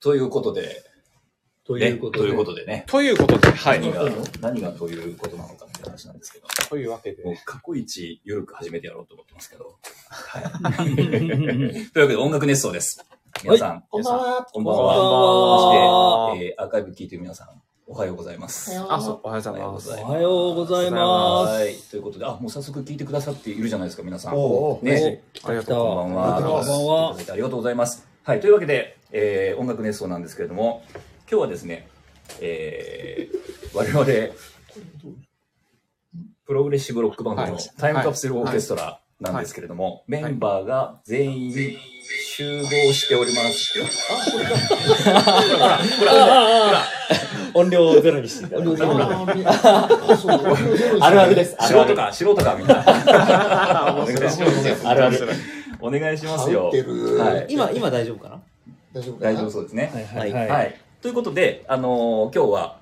ということで、とねいうことで。とでね。ということで、はい。何が、何がということなのかって話なんですけど、というわけもうで。過去一緩く始めてやろうと思ってますけど。はい。 というわけで、音楽熱奏です。皆さん、こんばんは。こんばんこんばんは。はそして、えーアーカイブ聞いてる皆さん、おはようございます。あ、そう、おはようございます。おはようございます。はい。ということで、あ、もう早速聞いてくださっているじゃないですか、皆さん。おうね。ありが来たとこんばんは。こんばんいたはだい。てありがとうございます。はい。というわけで、えー音楽熱奏なんですけれども、今日はですね、えー我々、プログレッシブロックバンドはのいタイムカプセルオーケストラなんですけれども、メンバーが全員集合しております。音量をゼロにしていただいてあるあるです。ある素あ人る。か、素人か、みんな。う。お 願いしますあるある。お願いしますよ。ってる。はい今、今大丈夫かな大丈夫か大な丈夫そうですね。はいはいはいははい。い。ということで、あのー今日は、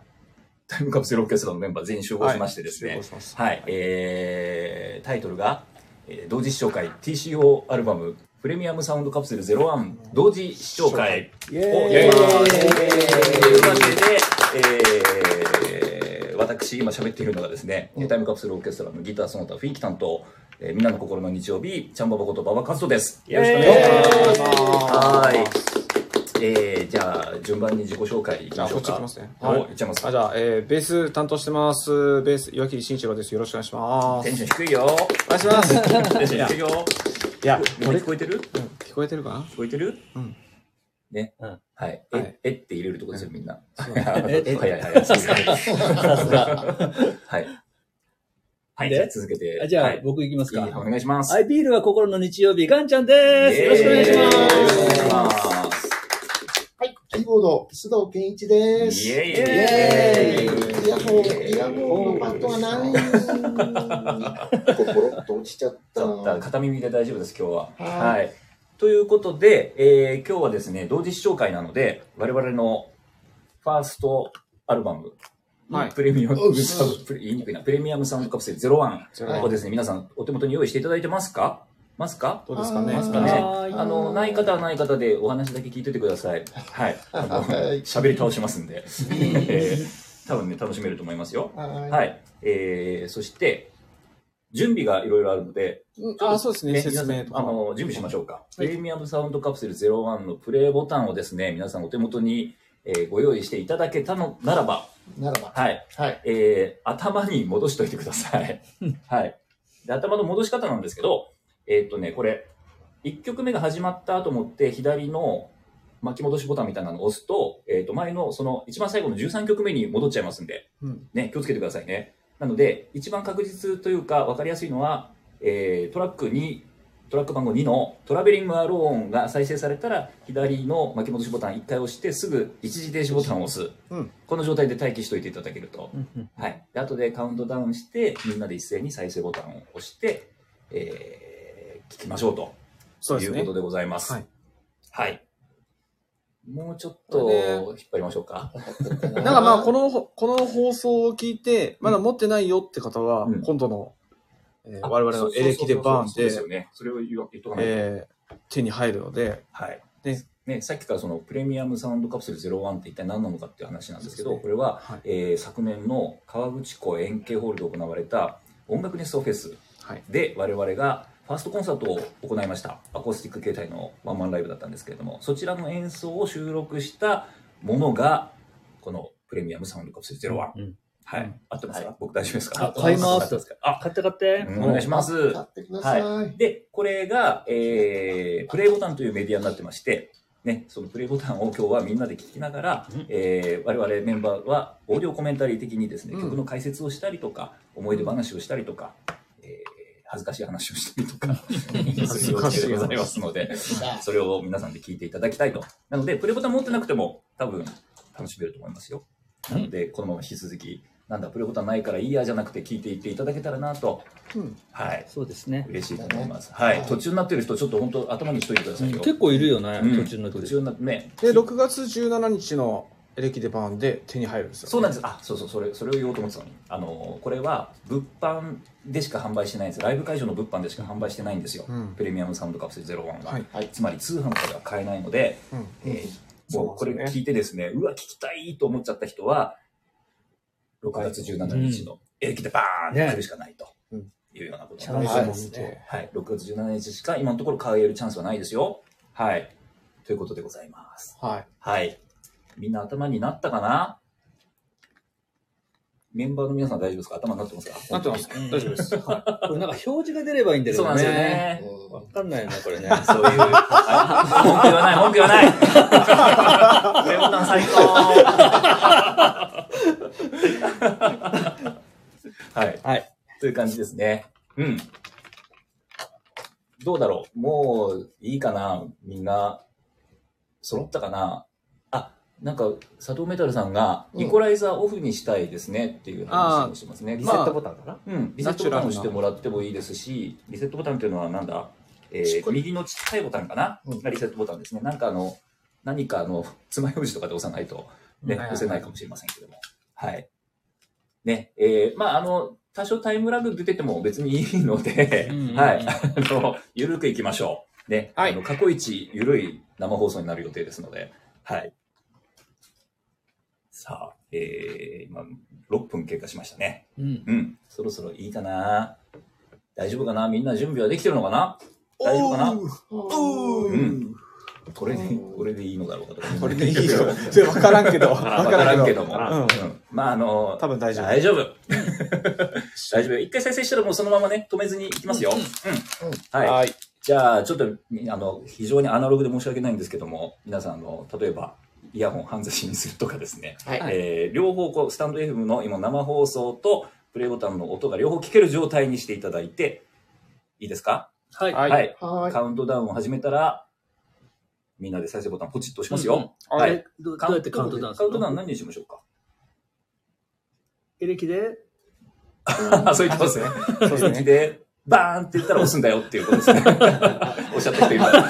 タイムカプセルオーケストラのメンバー全員集合しましてですね、はい、えー、タイトルが、えー同時視聴会 TCO アルバム、プレミアムサウンドカプセル01同時視聴会をイエーイやります。というわけで、えー私、今喋っているのがですね、タイムカプセルオーケストラのギターその他、フィーキ担当、えーみんなの心の日曜日、チャンババこと馬場和人です。よろしくお願いします。はい。えー、じゃあ、順番に自己紹介いきましょうか。じゃあこっち行きますねはい。はいお行っちゃいますあじゃあ、えー、ベース担当してます。ベース、岩切慎一郎です。よろしくお願いしまテす。ンション低い よ。お願いします。テンション低いよ。いや、みんな聞こえてるうん聞こえてるか聞こえてるうん。ね。うんはい。はえい、えって入れるとこですよ、みんな。はいえはいはい。さすが。はい。はい、でじゃあ続けて。 あじゃはあい、僕行きますいいおか。願いします。アイビールは心の日曜日、ガンちゃんです。よろしくお願いしイエーイよろしくおま願いす。します。キーボード、須藤健一です。イエーイイエーイイヤホン、イエーイイヤホンのパッドがない。 一個ポロッと落ちちゃっちた。ょっと片耳で大丈夫です、今日は。はいはい。ということで、えー今日はですね、同時視聴会なので、我々のファーストアルバム、なはい。プレミアうムっサウンド、プレ言いにくいな、プレミアムサウンドカプセル01じゃはあいをですね、皆さんお手元に用意していただいてますかますかどうですかあーですかねね。は。いあの、ない方はない方でお話だけ聞いててください。はい。あのはい喋り倒しますん で。えー多分ね、楽しめると思いますよ。はいはい。えー、そして、準備がいろいろあるので、うんあ、そうですね。ね説明と皆さんあか。の、準備しましょうか。プはいレミアムサウンドカプセル01のプレイボタンをですね、皆さんお手元に、えーご用意していただけたのならば、ならば。はい。はい。えー頭に戻しといてください。はい。で、頭の戻し方なんですけど、えーっとね、これ、1曲目が始まったと思って、左の巻き戻しボタンみたいなのを押すと、えーっと、前の、その、一番最後の13曲目に戻っちゃいますんで、うんね、気をつけてくださいね。なので、一番確実というか、わかりやすいのは、えートラック2、トラック番号2のトラベリングアローンが再生されたら、左の巻き戻しボタン1回押して、すぐ一時停止ボタンを押す。うんこの状態で待機しておいていただけると。はい。で、後でカウントダウンして、みんなで一斉に再生ボタンを押して、えー、聞きましょうとそうでいすうこねと。でございます。はい。はい。もうちょっとこれね引っ張りましょうか。ななんかまあ、この、この放送を聞いて、まだ持ってないよって方は、うん今度の、えー我々のエレキでバーンそうですでよ、ね。それを言う言っとかないと。えー手に入るので、はい。ねね、さっきからそのプレミアムサウンドカプセル01って一体何なのかっていう話なんですけど、そうですねこれは、はいえー昨年の川口湖円形ホールで行われた音楽ネストフェスはい。で我々がファーストコンサートを行いましたアコースティック形態のワンマンライブだったんですけれどもそちらの演奏を収録したものがこのプレミアムサウンドカプセル01、うんはい合ってますか、僕大丈夫ですかあ、買い合まってすますか。あ買って買って。うんお願いします買ってください。で、これが、えー、プレイボタンというメディアになってまして、ね、そのプレイボタンを今日はみんなで聞きながら、うんえー我々メンバーはオーディオコメンタリー的にですね、うん曲の解説をしたりとか、思い出話をしたりとか、えー恥ずかしい話をしたりとか、する予定でございますので、それを皆さんで聞いていただきたいと。なので、プレボタン持ってなくても多分楽しめると思いますよ。なので、このまま引き続き、なんだ、プレボタンないからいいやじゃなくて聞いていっていただけたらなと、うんはい、そうですね。嬉しいと思います。はい。途中になってる人、ちょっと本当頭にしといてくださいよ。結構いるよね、うん途中の途途中になってね。で、6月17日のエレキでバーンで手に入るんですよ。そうなんです。あ、そうそう、それ、それを言おうと思ってたのに。あの、これは、物販でしか販売してないんです。ライブ会場の物販でしか販売してないんですよ。うんプレミアムサウンドカプセル01は。はいはいつまり、通販とかでは買えないので、うんえーもうこれそうですね聞いてですね、うわ、聞きたいと思っちゃった人は、6月17日のエレキでバーンって来るしかないとうんいうようなことチになャンりスますも見て。はい、6月17日しか今のところ買えるチャンスはないですよ。はい。ということでございます。はい。はい。みんな頭になったかなメンバーの皆さん大丈夫ですか頭になってますかなってます。うん大丈夫です。はいこれなんか表示が出ればいいんだけそうなどんですよね。ね。うんわかんないよね、これね。そういう、あ文句言わない、文句言わない。プレボタン最高。はい。はい。という感じですね。うん。どうだろうもういいかなみんな、揃ったかなあ、なんか、佐藤メタルさんが、うんイコライザーオフにしたいですねっていう話をしてますね。リセまあットボタンかなうん、リセットボタンを押してもらってもいいですし、リセットボタンっていうのはなんだ、えちっこー、い右のちっちゃいボタンかな、うんがリセットボタンですね。なんかあの、何かあの、爪楊枝とかで押さないと、ね、うん押せないかもしれませんけども。はい。ね、えー、まああの、多少タイムラグ出てても別にいいので、うんうんうんはい、 あの、ゆるくいきましょう。ね、はいあの、過去一ゆるい生放送になる予定ですので、はい。さあ、えー、今、6分経過しましたね。うん。うん、そろそろいいかな。大丈夫かなみんな準備はできてるのかな大丈夫かなおうーん。これで、これでいいのだろうかとか。これでいいよ。 それ分からんけど。分わからんけども。う。うんん。まあ、あの、多分大丈夫。大丈夫。大丈夫よ。一回再生したらもうそのままね、止めずにいきますよ。うん。はい。はい。じゃあ、ちょっと、あの、非常にアナログで申し訳ないんですけども、皆さん、あの、例えば、イヤホン半差しにするとかですね。はい。えー両方こうスタンド FM の今生放送とプレイボタンの音が両方聞ける状態にしていただいていいですか、はい。はいは カウントダウンを始めたらみんなで再生ボタンポチッと押しますよ、うん。ははいい。どどうやってカウントダウンすカウるントダウンの何にしましょうか エレキで、あそういったことですねそうです続きね。でバーンって言ったら押すんだよっていうことですねおっしゃった人いるおっしゃっ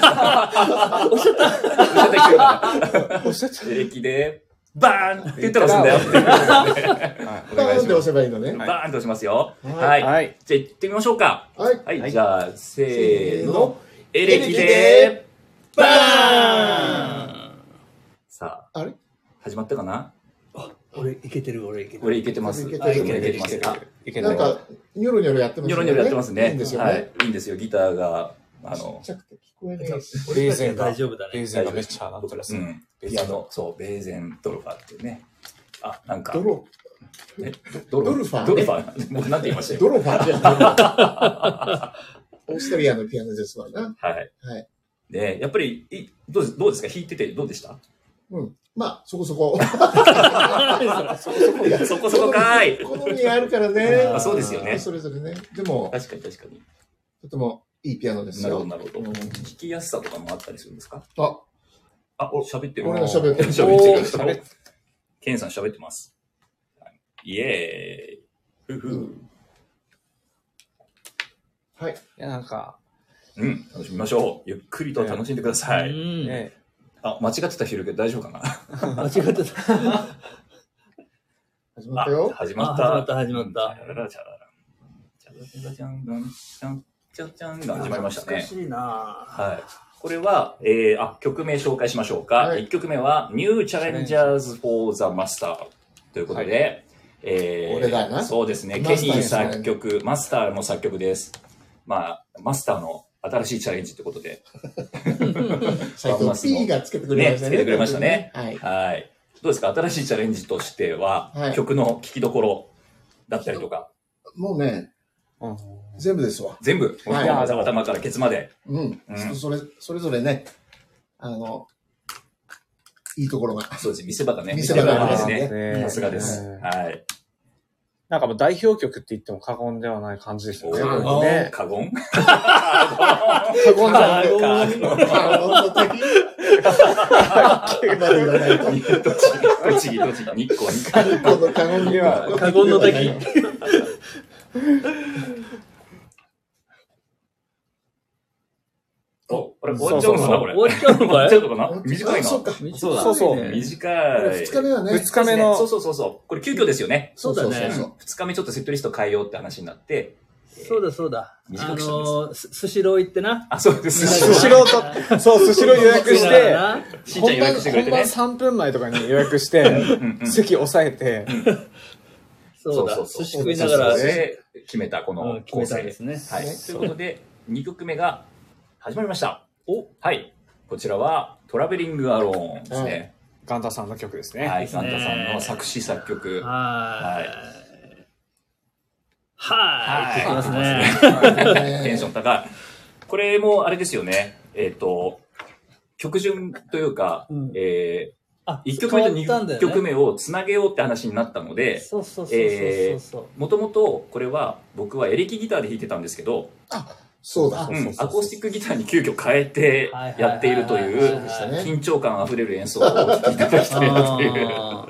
たおっしゃった人いるおっしゃっちゃ自力でバーンって言ったら押すんだよっていううはいい。お願いなしんで押ませばいいのね。バーンって押しますよは、はいす。はい。じゃあ行ってみましょうかはい。はい、はいじゃあ、せーの。エレレキキでで、バーンあさあ、れ始まったかな俺いけてる、俺いけてる。俺いけてます。いけてるあいいけてけるてます。あ、いけなないん。か、ニョロニョロやってますニョロニョロやってますね。いいんですよはね。い。いいんですよ。ギターが、あのちっ、ちゃくて聞こえないし。レーゼ俺ンが大、丈夫だレね。ーゼンがめっちゃなってますうね。ん、ピアノ、そう、ベーゼンドルファーっていうね。あ、なんかド、ロ、えドルファードルファー。 もうなんて言いましたドよ。ロファーですドロファーオーストリアのピアノですわな。はい。はい。で、やっぱり、いどうですどうですか弾いててどうでしたうん。まあ、そこそこ。 そこそこか ーい。好みがあるからね。あそうですよねそれぞれね。でも、確かに確かに。とてもいいピアノですなるほよど、。なるほど。うん聞きやすさとかもあったりするんですかあ、あ、喋ってる。俺が喋って る喋ってる。喋ってケンさん喋ってます。イエーイ。ふふ。はい。いや、なんか、うん、楽しみましょう。ゆっくりと楽しんでくださうい。ん。ね、あ、間違ってた人いるけど大丈夫かな間違ってた。始まったよ。 始あまっ。始まったた、始まった。始まりました難ね。しいなはい。これは、えー、あ、曲名紹介しましょうか。はい1曲目は、New Challengers for the Master ということで、えー俺だよなそうですね。ケマニスターーです作ね曲、マスターの作曲です。まあ、マスターの新しいチャレンジってことで。最まあま後あ、その P がつけてくれましねたね。つけてくれましたねはい。はい。どうですか新しいチャレンジとしては、はい曲の聴きどころだったりとか、もうね、うん。全部ですわ。全部、はいもう頭からケツまで。うん。うんそれ、それぞれね、あの、いいところが。そうですね。見せ場がね。見せ場が見せありですますね。ねさすがです。うんはい。なんかもう代表曲って言っても過言ではない感じですよね。過お言ーね。過言過言じゃない。過 言過言の 時。まだ言わないと。栃木、栃木、日光、日光。この過言には。過言の時お、これ終わっちゃうのかなこれ。終わっちゃうの終かわっちゃいうのかな短短いいな。そうか。短いねそうだそうそう短い。二日目はね。二日目そうの、そうそうそう。これ急遽ですよね。そうそうだねそうそう二日目ちょっとセットリスト変えようって話になって、そうだそうだ。あ短くしたんですの、すスシロー行ってな。あ、そうです。スシローと、そう、スシロー予約しそうて、だなしんちゃん予約してくれてね。本番3分前とかに予約して、うんうん席押さえて、そうだ。そう寿そう司そう食いながらそ、れで決めたこうのん決構めた成いですね。はい。ということで、2曲目が始まりました。おはい。こちらは、トラベリングアローンですね。ガンタさんの曲ですね。はい。サンタさんの作詞作曲。はい。はい。行きますね。ね。テンション高い。これもあれですよね。えっ、と、曲順というか、うんえあ1曲目と変わったんだ2よ曲ね。目をつなげようって話になったので、そうそうそうそうそう。もともとこれは僕はエレキギターで弾いてたんですけど、そうだ。うんアコースティックギターに急遽変えてやっているといはははうはでしたね緊張感あふれる演奏を聴いていただきた いなという。あ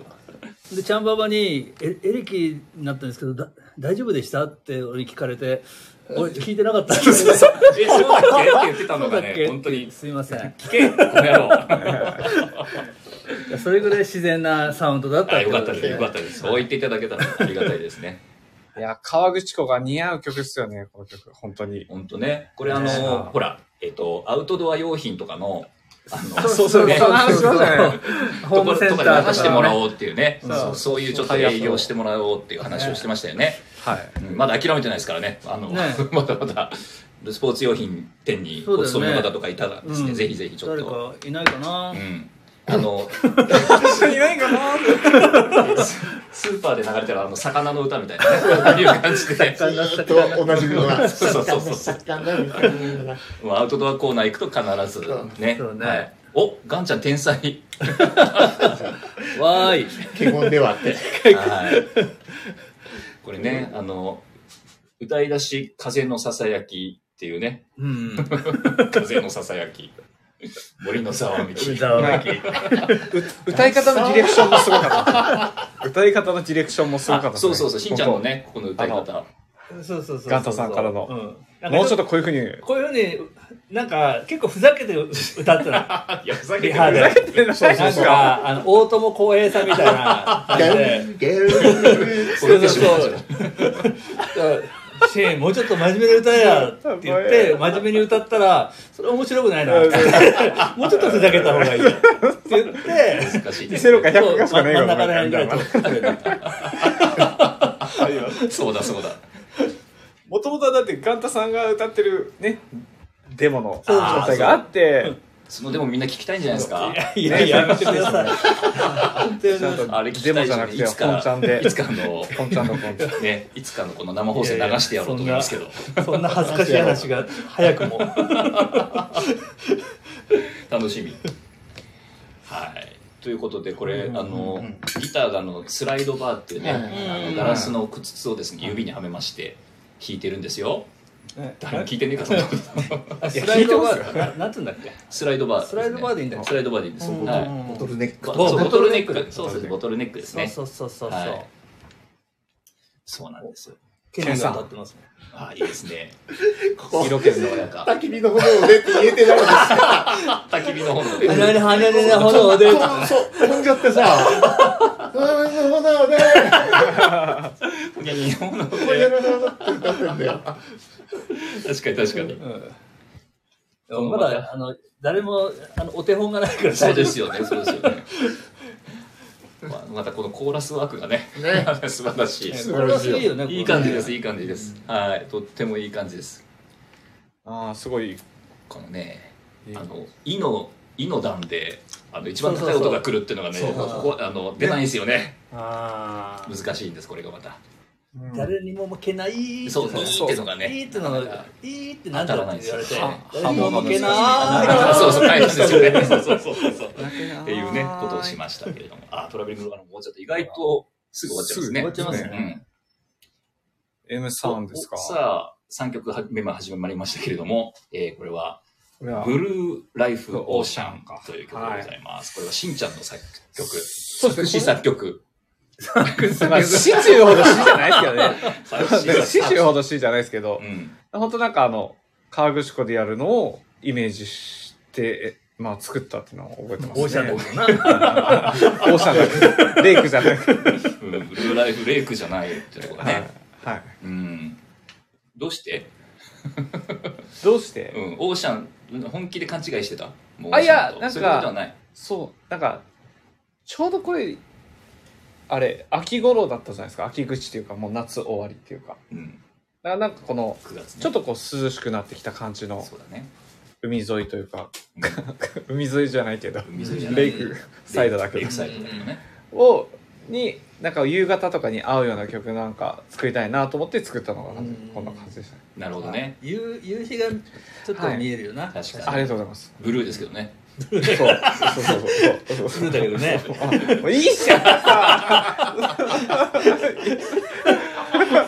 ーでチャンババにエエレキになったんですけどだ大丈夫でしたって俺に聞かれて俺聞いてなかったんですそうえそうだっけって言ってたのがそうだっねけ、本当に、すいません聞け、この 野郎。いやそれぐらい自然なサウンドだったあてよこかっとたです、よかったです。そう言っていただけたらありがたいですね。いや、川口湖が似合う曲ですよね、この曲。本当に。本当ね、これあの、ねほら、えっ、と、アウトドア用品とかの、あの、そうそうねそうそうそうそうホームセンところターとかとねかで流してもらおうっていうね、そうそうそういうちょっと営業してもらおうっていう話をしてましたよね。はい。うんまだ諦めてないですからね、あの、ね まだまだ、スポーツ用品店にそおうだよね勤めの方とかいたらですね、うんぜひぜひちょっ誰と。かいないかな、うん。あの、いないかなスーパーで流れてるあの魚の歌みたいなね、 ああいう感じで、ずっと同じような。そうそうそうそうサッカーだみたいなもうアウトドアコーナー行くと必ずねそうねはい、おガンちゃん天才、わーい華厳ではあって。はい、これねあの歌い出し「風のささやき」っていうねうん「風のささやき」森のざわめ き歌わなき歌い方のディレクションもすごかった。 歌い方のディレクションもすごかった、あそうそうそうしんちゃんのね。ねここの歌い方そうそうそうそうガンタさんからのうん、もうちょとっとこういうふうこういうふうになんか結構ふざけて歌ってたいやふざけリてハるで。に。そうそなうんそう。か、あの、大友康平さんみたいな感じで。ゲルこれでしょそうそうシェーン、もうちょっと真面目に歌えやって言って、真面目に歌ったら、それ面白くないな。もうちょっとふざけた方がいいよ。って言って、難しいね見せろかそ100うかし真かねえ真かん中らへんぐらいら。とってくれた。そうだそうだもともとはだってガンタさんが歌ってるね、デモのそうそうそう状態があって、そのでもみんな聞きたいんじゃないですかいや、やめてください。本当にちゃんとあれ聞きたいですよねいデモつじゃなくて本ちゃかんでいつかあのポンちゃんのポンちゃん。ね、いつかのこの生放送で流してやろうと思いますけど、そんな恥ずかしい話が早くも。楽しみ。はい。ということで、これ、あの、ギターがあの、スライドバーっていうね、はいはいはいあのガラスの靴をですね、指にはめまして、弾いてるんですよ。誰も聞いてねえか、そんなことスライドバー、ななんつうんだっけスライドバー、スライドバーでいいんだよスライドバーでいいんです。はい。ボトルネック。そうボトルネッボトルネック。そうそうそう、ボトルネックですそね。うそうそうそう。はいそうなんですよ。ケンさん立ってますね。ああ、いいですね。こう色気爽やか。焚き火の炎でって言えてないのに焚き火の炎あで。れあれあれ炎で。そう、飛んじゃってさ。あーなるほどね。いや日本の炎こうでや。らなるって歌ってんだよ。確かに確かに。うんまだ、あの、誰も、あの、お手本がないからそう大丈で夫すよね、そうですよね。まあ、またこのコーラスワークがね、 素晴らしい。素晴らしいよいいよね。いい感じです、いい感じです。はい、とってもいい感じです。ああ、すごい。このね、いいあの、いの、いの段で、あの、一番高い音が来るっていうのがね、そうそうそこうこあの、出ないんですよね。ああ。難しいんです、これがまた。誰にも負けない。そうそう、いいってのがいいね。ってのが、いいってなんだろうって言われて当たらないん、ですよ誰にも負けなあい。そうそう、大変ですよね。そうそうそうそう。っていうね、ことをしましたけれども、あ、トラベリングの終わっちゃった。意外と、すぐ終わっちゃうんですね。すぐ終わっちゃいますねうん M さんですか。さあ、3曲は目も始まりましたけれども、えーこれは、これはブルーライフオーシャンという曲でございます。これはしんちゃんの作曲。作詞作曲。まあ、死というほど死じゃないですけどね。作詞作死というほど死じゃないですけどう、ん。本当なんかあの、河口湖でやるのをイメージして、まあ作ったっていうのを覚えてますね。オーシャンの オことな。ーシャンだけどレイクじゃなくて。ブルーライフレイクじゃないってとこがね。はい。うん。どうして、どうしてうん、オーシャン、本気で勘違いしてた。もうあいやオーシャンとなそういうことはんかない。そう、なんか、ちょうどこれ、あれ、秋頃だったじゃないですか。秋口っていうか、もう夏終わりっていうか。うん、だからなんかこの、 9月、ね。ちょっとこう涼しくなってきた感じのそうだね。海沿いというか、う 海沿いじゃないけど、海沿いじゃない。レイクサイドだけレイどク、サイドだけどね。を、に、なんか夕方とかに合うような曲なんか作りたいなと思って作ったのがうんこんな感じでしたね。なるほどね。夕夕日がちょっと見えるよな、確かに。ありがとうござい ます。ブルーですけどね。そうそうそう そうそう。ブルーだけどねあもういいじゃん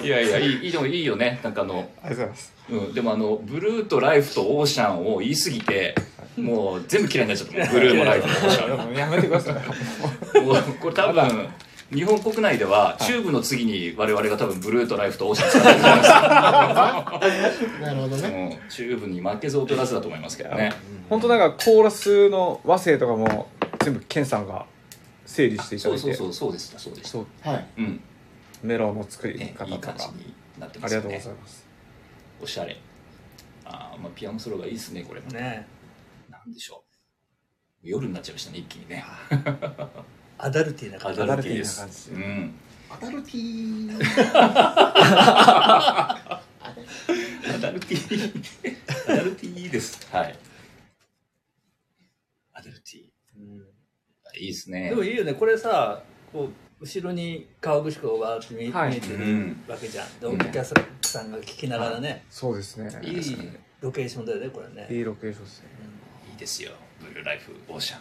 いやいや、いい、いいでもいいよね。なんかあの、ありがとうござい ます。うん、でもあの、ブルーとライフとオーシャンを言い過ぎて、もう全部嫌いになっちゃったもん。ブルーもライフもオーシャンも。もうやめてください。もうこれ多分日本国内ではチューブの次に我々が多分ブルーとライフとオーシャン使ってると思いますなるほどね。うんチューブに負けず劣らずだと思いますけどね本当なんかコーラスの和声とかも全部ケンさんが整理していたそだういそうてそうそうでしたそうでしたそうはい。うん、メロの作りね、方いいとか感じになってあますりがよとうごねざいますおしゃれあー、まあ、ピアノソロがいいですねこれもねねなんでしょう夜になっちゃいましたね一気にねアダルティーな感アじダルティーでアダルすテうィんアダルティー。アダルティーアダルティーですはいアダルティうんーいいですねでもいいよねこれさこう後ろに川口湖が見,、はい見えてるわけじゃん、でうんお客さんが聞きながらね、そうですねい、いロケーションだよねこれね、いいロケーションですねいいですよ。ブルーライフオーシャン。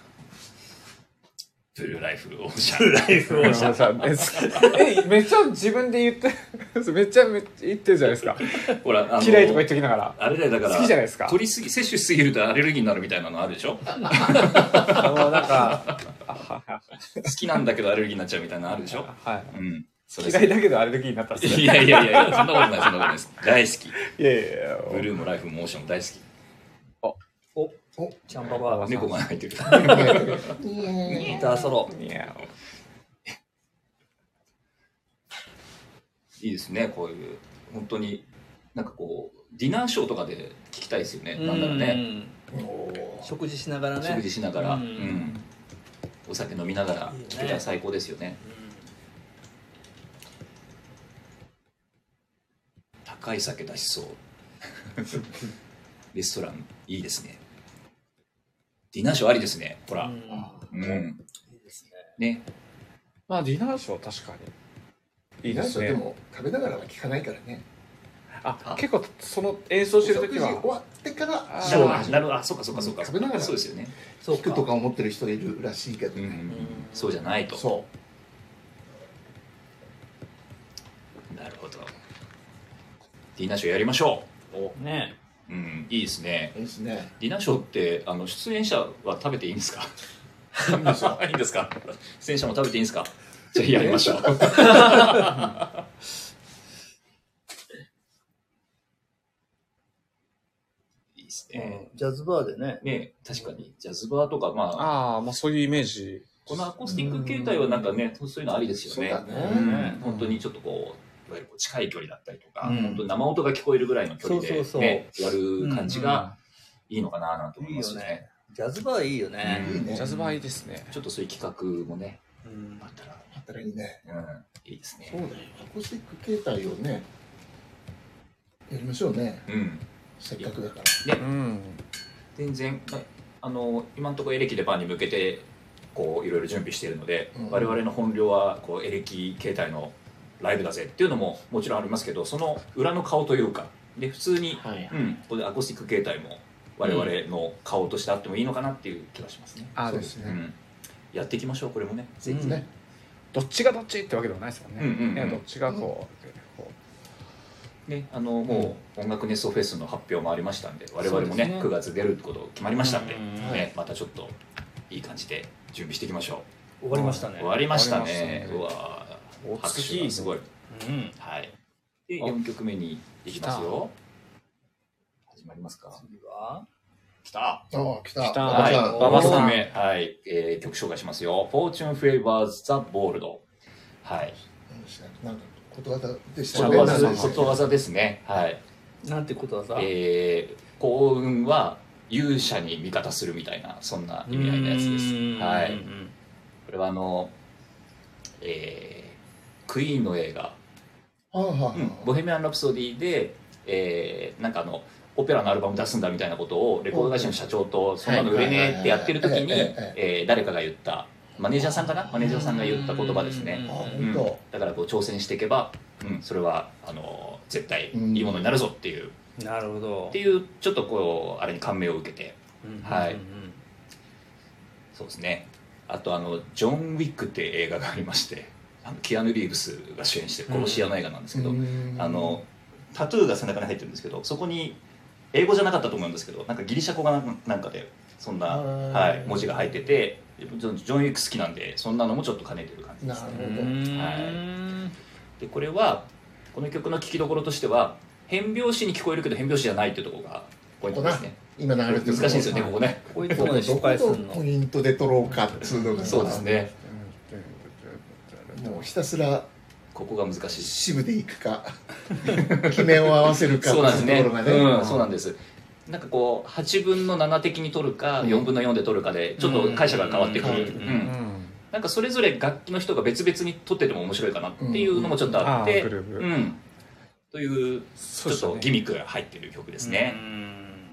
ブルーライフオーシャン。ブルーライフオごめんなさいえめっちゃ自分で言って めっちゃめっちゃ言ってるじゃないですかン。 ほら、あの嫌いとか言っときながらあれだよ、だから、好きじゃないですか取りすぎ、摂取しすぎるとアレルギーになるみたいなのあるでしょ好あのなんかあははきなんだけどアレルギーになっちゃうみたいなのあるでしょはうん。それい 嫌いだけどアレルギーになったっすねいやいやいやいや、そんなことない、そんなことないです。大好き。いやいやいやブルーもライフもオーシャンも大好おおちゃんばおばき。猫が入ってる。ギターソロいやいいですね、こういう、本当に、なんかこう、ディナーショーとかで聞きたいですよね。なんだろうね。うん食事しながらおね食事しながら、ううんん、お酒飲みながらいいね聞けたら最高ですよね。高い酒出しそう。 レストランいいですね。ディナーショーありですね。ほうら、んうん、いいですねね、まあディナーショー確かにいいなでんすかでねも食べながらは聞かないからね。あ結構その演奏おして食る事時終はわってからあなシるョほどーがあ始なまるる。ほどあ、そうかそうかそうか。食べながらそうですよね。そう聞かくとか思ってる人がいるらしいけどうんうんうね。ん、そうじゃないと。そなるほど。ディナーショーやりましょねう。うん、いいですね。う。いいですね。ディナーショーってあの出演者は食べていいんですかいいんでしょ いいんですか出演者も食べていいんですかじゃあやりましょういいですね、ジャズバーでねね確かにジャズバーとかまあああ、まあそういうイメージ。このアコースティック形態はなんかねそういうのありですよそうねだうね。ん本当にちょっとこういわゆるこう近い距離だったりとか、うん本当に生音が聞こえるぐらいの距離で、ね、そうそうそうやる感じがいいのかななんて思いますよね,、いいよジャズバーいいよねうんジャズバーいいですね。ちょっとそういう企画もねうんあったらあったらいいね。うん、いいですそうね。だよ。アコースティック形態をね、やりましょうね。うん、せっかくだから。うん。全然、まあの、今のところエレキでバーに向けて。こう、いろいろ準備しているので、うん我々の本領は、こう、エレキ形態の。ライブだぜっていうのも、もちろんありますけど、その裏の顔というか、で、普通に。はい。うん、ここでアコースティック形態も、我々の顔としてあってもいいのかなっていう気がしますね。ああそでうですすね。うね。ん、やっていきましょう、これもね。ぜひ、うんね。どっちがどっちってわけでもないですもんね。うんうんうんねどっちがこう。こね、あの、もう、音楽ネストフェスの発表もありましたんで、我々もそうね、ですね9月出るってこと決まりましたんで。うんはいね、またちょっといい感じで準備していきましょ終わりましたう。ね終わりましたね。終うわわおー拍手がすごい。うんはい。で、あ4曲目に行きますよ。始まりますか。次は来た。ああ、来た。来たはい。馬馬場4場さ曲ん。さん目。はい。えー曲紹介しますよ。Fortune Favors the Bold。はい。なんかことわざでしこたとわ馬場さざんことわざですね。はい。なんてことはさ、えー幸運は勇者に味方するみたいなそんな意味合いのやつですうーんはいうんうんこれはあの、えークイーンの映画はあはうんボヘミアン・ラプソディで、えーなんかあのオペラのアルバム出すんだみたいなことをレコード会社の社長とそんなの売れねえってやってる時に、はいはいはいはいえー誰かが言ったマネージャーさんかなマネージャーさんが言った言葉ですねあ、あう本ん、当。だからこう挑戦していけば、うん、それはあの絶対いいものになるぞっていう、なるほどっていうちょっとこうあれに感銘を受けてうんうんうんはいそうですねあとあのジョン・ウィックっていう映画がありましてあのキアヌ・リーブスが主演してる殺し屋の映画なんですけど、うんあのタトゥーが背中に入ってるんですけどそこに英語じゃなかったと思うんですけどなんかギリシャ語がなんなんかでそんな、へーはい、文字が入っててジョンジョン・ウィック好きなんでそんなのもちょっと兼ねてる感じですねなるほうどんはでこれはこの曲の聴きどころとしては変拍子に聞こえるけど変拍子じゃないっていうところがポイントですね今流れ難てしいですよねここねこいつどまこで失敗すどるこのポイントで取ろうかっつうのがそうですねもうひたすらここが難しい支部で行くか 決めを合わせるかそうなんですっていねうところがねうん、そうなんですなんかこう8分の7的に取るか4分の4で取るかでちょっと解釈が変わってくる、うんうんなんかそれぞれ楽器の人が別々に取ってても面白いかなっていうのもちょっとあって、うんあーグルーうヴん、というちそょっですねとギミックが入ってる曲ですねう。ん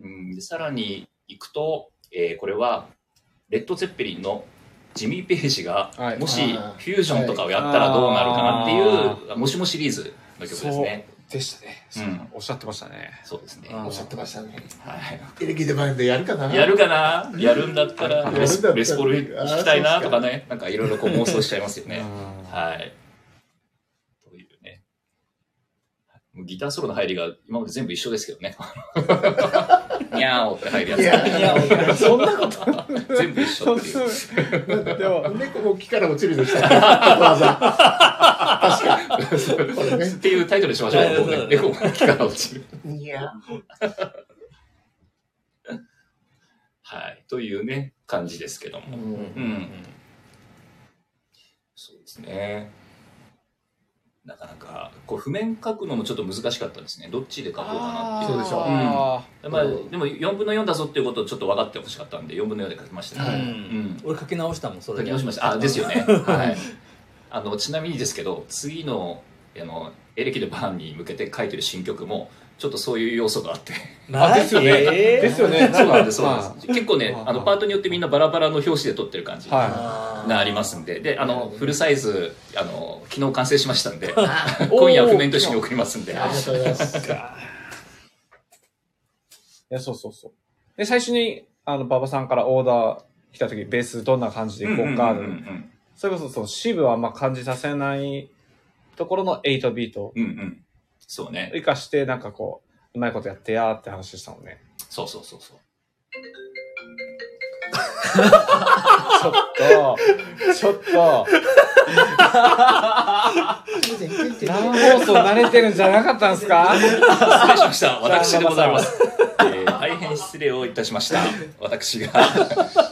うんでさらに行くと、えーこれはレッド・ゼッペリンのジミー・ページがはいもしあーフュージョンとかをやったらどうなるかなっていう「もしも」シリーズの曲ですそうね。でしたね、うんおっしゃってましたねそうですね、あーおっしゃってましたねはいエレキデバインドやるかなやるかなやるんだったらあレスやるんだったらレスポール弾きたいなあーそとうっすかかねなんかいろいろこう妄想しちゃいますよね。あはい。というね。もうギターソロの入りが今まで全部一緒ですけどね。 にゃーおって入るやつ。いやいやお前そんなこと全部一緒っていう。でも猫も木から落ちる でしょわざ確かにこれねっていうタイトルにしましょう。いやいやそうだねエコーが木から落ちる。いやはい。というね、感じですけどうも。んうん。そうですね。なかなか、こう、譜面書くのもちょっと難しかったですね。どっちで書こうかなっていう。そうでしょあまあ、でも4分の4だぞっていうことをちょっと分かってほしかったんで4分の4で書きましたね、はういん俺書き直したもんそれ書きで直しましたあですよ ねはいあのちなみにですけど次のあのエレキでバーンに向けて書いてる新曲もちょっとそういう要素があってマジですよねえーですよね そうなんですすそうなんです結構ねあのパートによってみんなバラバラの表紙で撮ってる感じがはありますんでであのフルサイズあの昨日完成しましたんであ 今夜譜面と一緒に送りますんでありがとうございますいいやそうそうそうで最初にあの馬場さんからオーダー来た時ベースどんな感じでいこうか、うんうんうんそれこそその支部はあんま感じさせないところの8ビートをうんうんうんそうね生かしてなんかこううまいことやってやーって話したもんねそうそうそうそうちょっと、ちょっと、生放送慣れてるんじゃなかったんですか失礼しました。私でございます。えー大変失礼をいたしました。私が、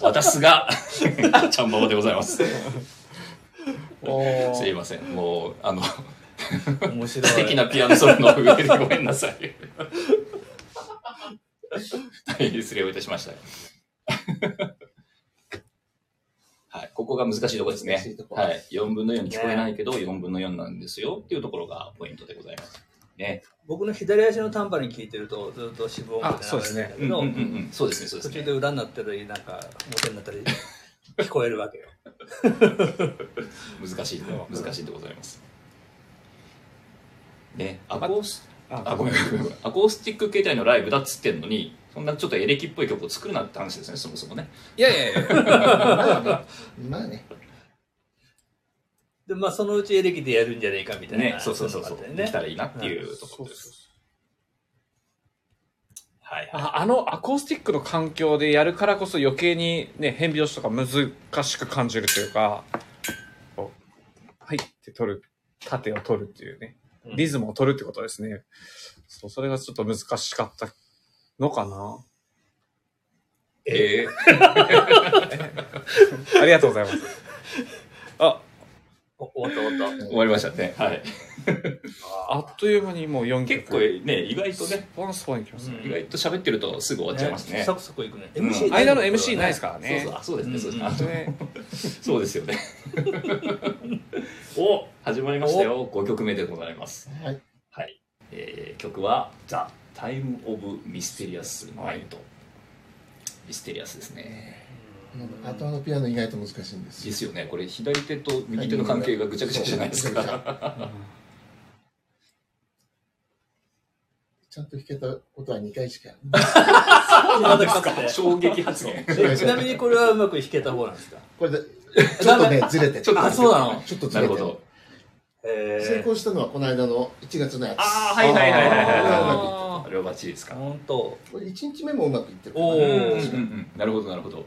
私が、 ちゃんばばでございます。おすーいません。もう、あの、面白い素敵なピアノソロの上でごめんなさい。大変失礼をいたしました。 はい、ここが難しいところです難しねいと。こはい、4分の4に聞こえないけど、4分の4なんですよっていうところがポイントでございます。ね。僕の左足のタンバリン聞いてるとずっと脂肪音あそうですねうん流れうんうんうてるんだん。けどそうですね、そうです途ね。中で裏になったりなんか表になったり聞こえるわけよ難しい難しいでございます。ね、アコースあごめんごめんごめんアコースティック形態のライブだっつってんのにそんなちょっとエレキっぽい曲を作るなって話ですねそもそもね。いやいやいや。まあねでまあそのうちエレキでやるんじゃねえかみたいな、ねそうそうそうそうのがあったよできたねらいいなっていうとこそうろでそうす。そうはいはいああのアコースティックの環境でやるからこそ余計にね、変拍子とか難しく感じるというか、こうはいって取る、縦を取るっていうね、うんリズムを取るってことですね。そう、それがちょっと難しかったのかな。えー ありがとうございます。あ、お終わった終わった。終わりましたね。はい。あっという間にもう4曲。結構ね、意外とスね、パンスパンいきますね。意外と喋ってるとすぐ終わっちゃいますね。サクサクいくね。うん間の MC ないですからそうねそう、。あそうですね、そうですね。うんあそう ねそうですよね。お始まりましたよ。5曲目でございます。はい。はい。えー曲は、ザ・タイム・オブ・ミステリアス・マインド。ミステリアスですね。頭のピアノ意外と難しいんですでよ。すよね。これ、左手と右手の関係がぐちゃぐちゃじゃないです そうか。。ちゃんと弾けたことは2回 しか。衝撃発言。えちなみにこれはうまく弾けた方なんですかこれで、ちょっとね、ずれてる。ちょっとあ、そうなのちょっとず なれるてほる。ど。え成功したのはこの間の1月のやつ。ああ、はいはいはいはいはいはあい。両バッチリですーか。ほんと。これ1日目もうまくいってるかおうんな。うんうーんなるほどなるほど。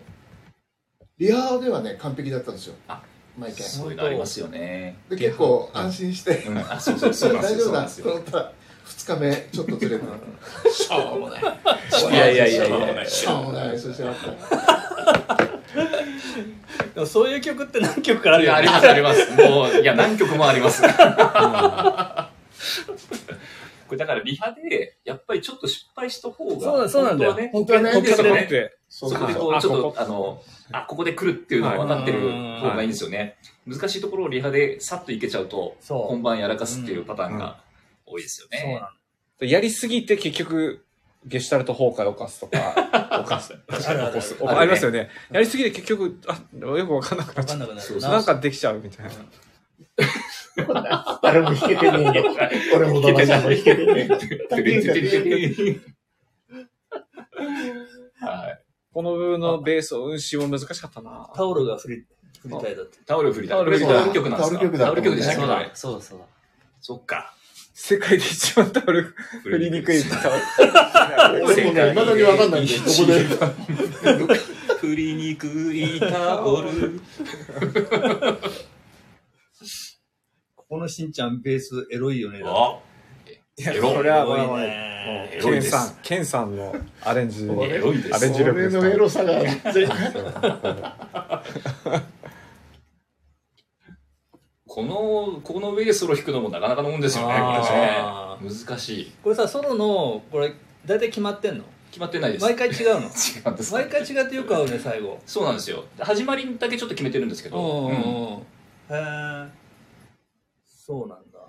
リハではね、完璧だったんですよあ。毎回。そういうのありますよね。で、結構安心して。うん、あ、そうそう、そうなんです大よ。そ丈う夫なんでだ。すこよの。歌、2日目、ちょっとずれた。しょうもない。いいやいやいやいや。や。しょうもない、そしてあった。でもそういう曲って何曲かあるいやありよね。ますあります。もういや何曲もあります。これだからリハでやっぱりちょっと失敗した方がそうだそうなんだよ本当はね本当はそそこれっねて、そそうこでそこううあちょっことあのあここで来るっていうのが分かってる方がいいんですよね。難しいところをリハでさっといけちゃうとそう本番やらかすっていうパターンが多いですよそうなね。のやりすぎて結局、ゲシュタルト崩壊を犯す とか、犯す。起こす。あるねありますよね。やりすぎて結局、あ、よくわかんなくなわっかんちゃっなくなそうるそた。うなんな。かできちゃうみたいな。誰も弾けてねえね。俺も馬場さんも弾けてねはい。この部分のベースを運指も難しかったな。タオルが振り、振りたいだって。 タオル振りだ。タオこれル振タりだオル曲なんですかタオル曲だタオル曲でしたっけそうこだれ、そうだ、そうだ。そっか。世界で一番タオル振りにくい。俺もね、いまだにわかんないんで、どこで。振りにくいタオル。ここのしんちゃんベースエロいよね。あエロそれは、エまあロまいあね。エケロいンでさんす。、ケンさんのアレンジ。エロいでアレす。ンジ力俺ですかのエロさが、全然この、この上でソロ弾くのもなかなかのもんですよね、あーこれね。難しい。これさ、ソロの、これ、大体決まってんの決まってないです。毎回違うの違うんです。毎回違ってよく合うね、最後。そうなんですよ。始まりだけちょっと決めてるんですけうど。うんんうんうん。へえ。そうなんだ。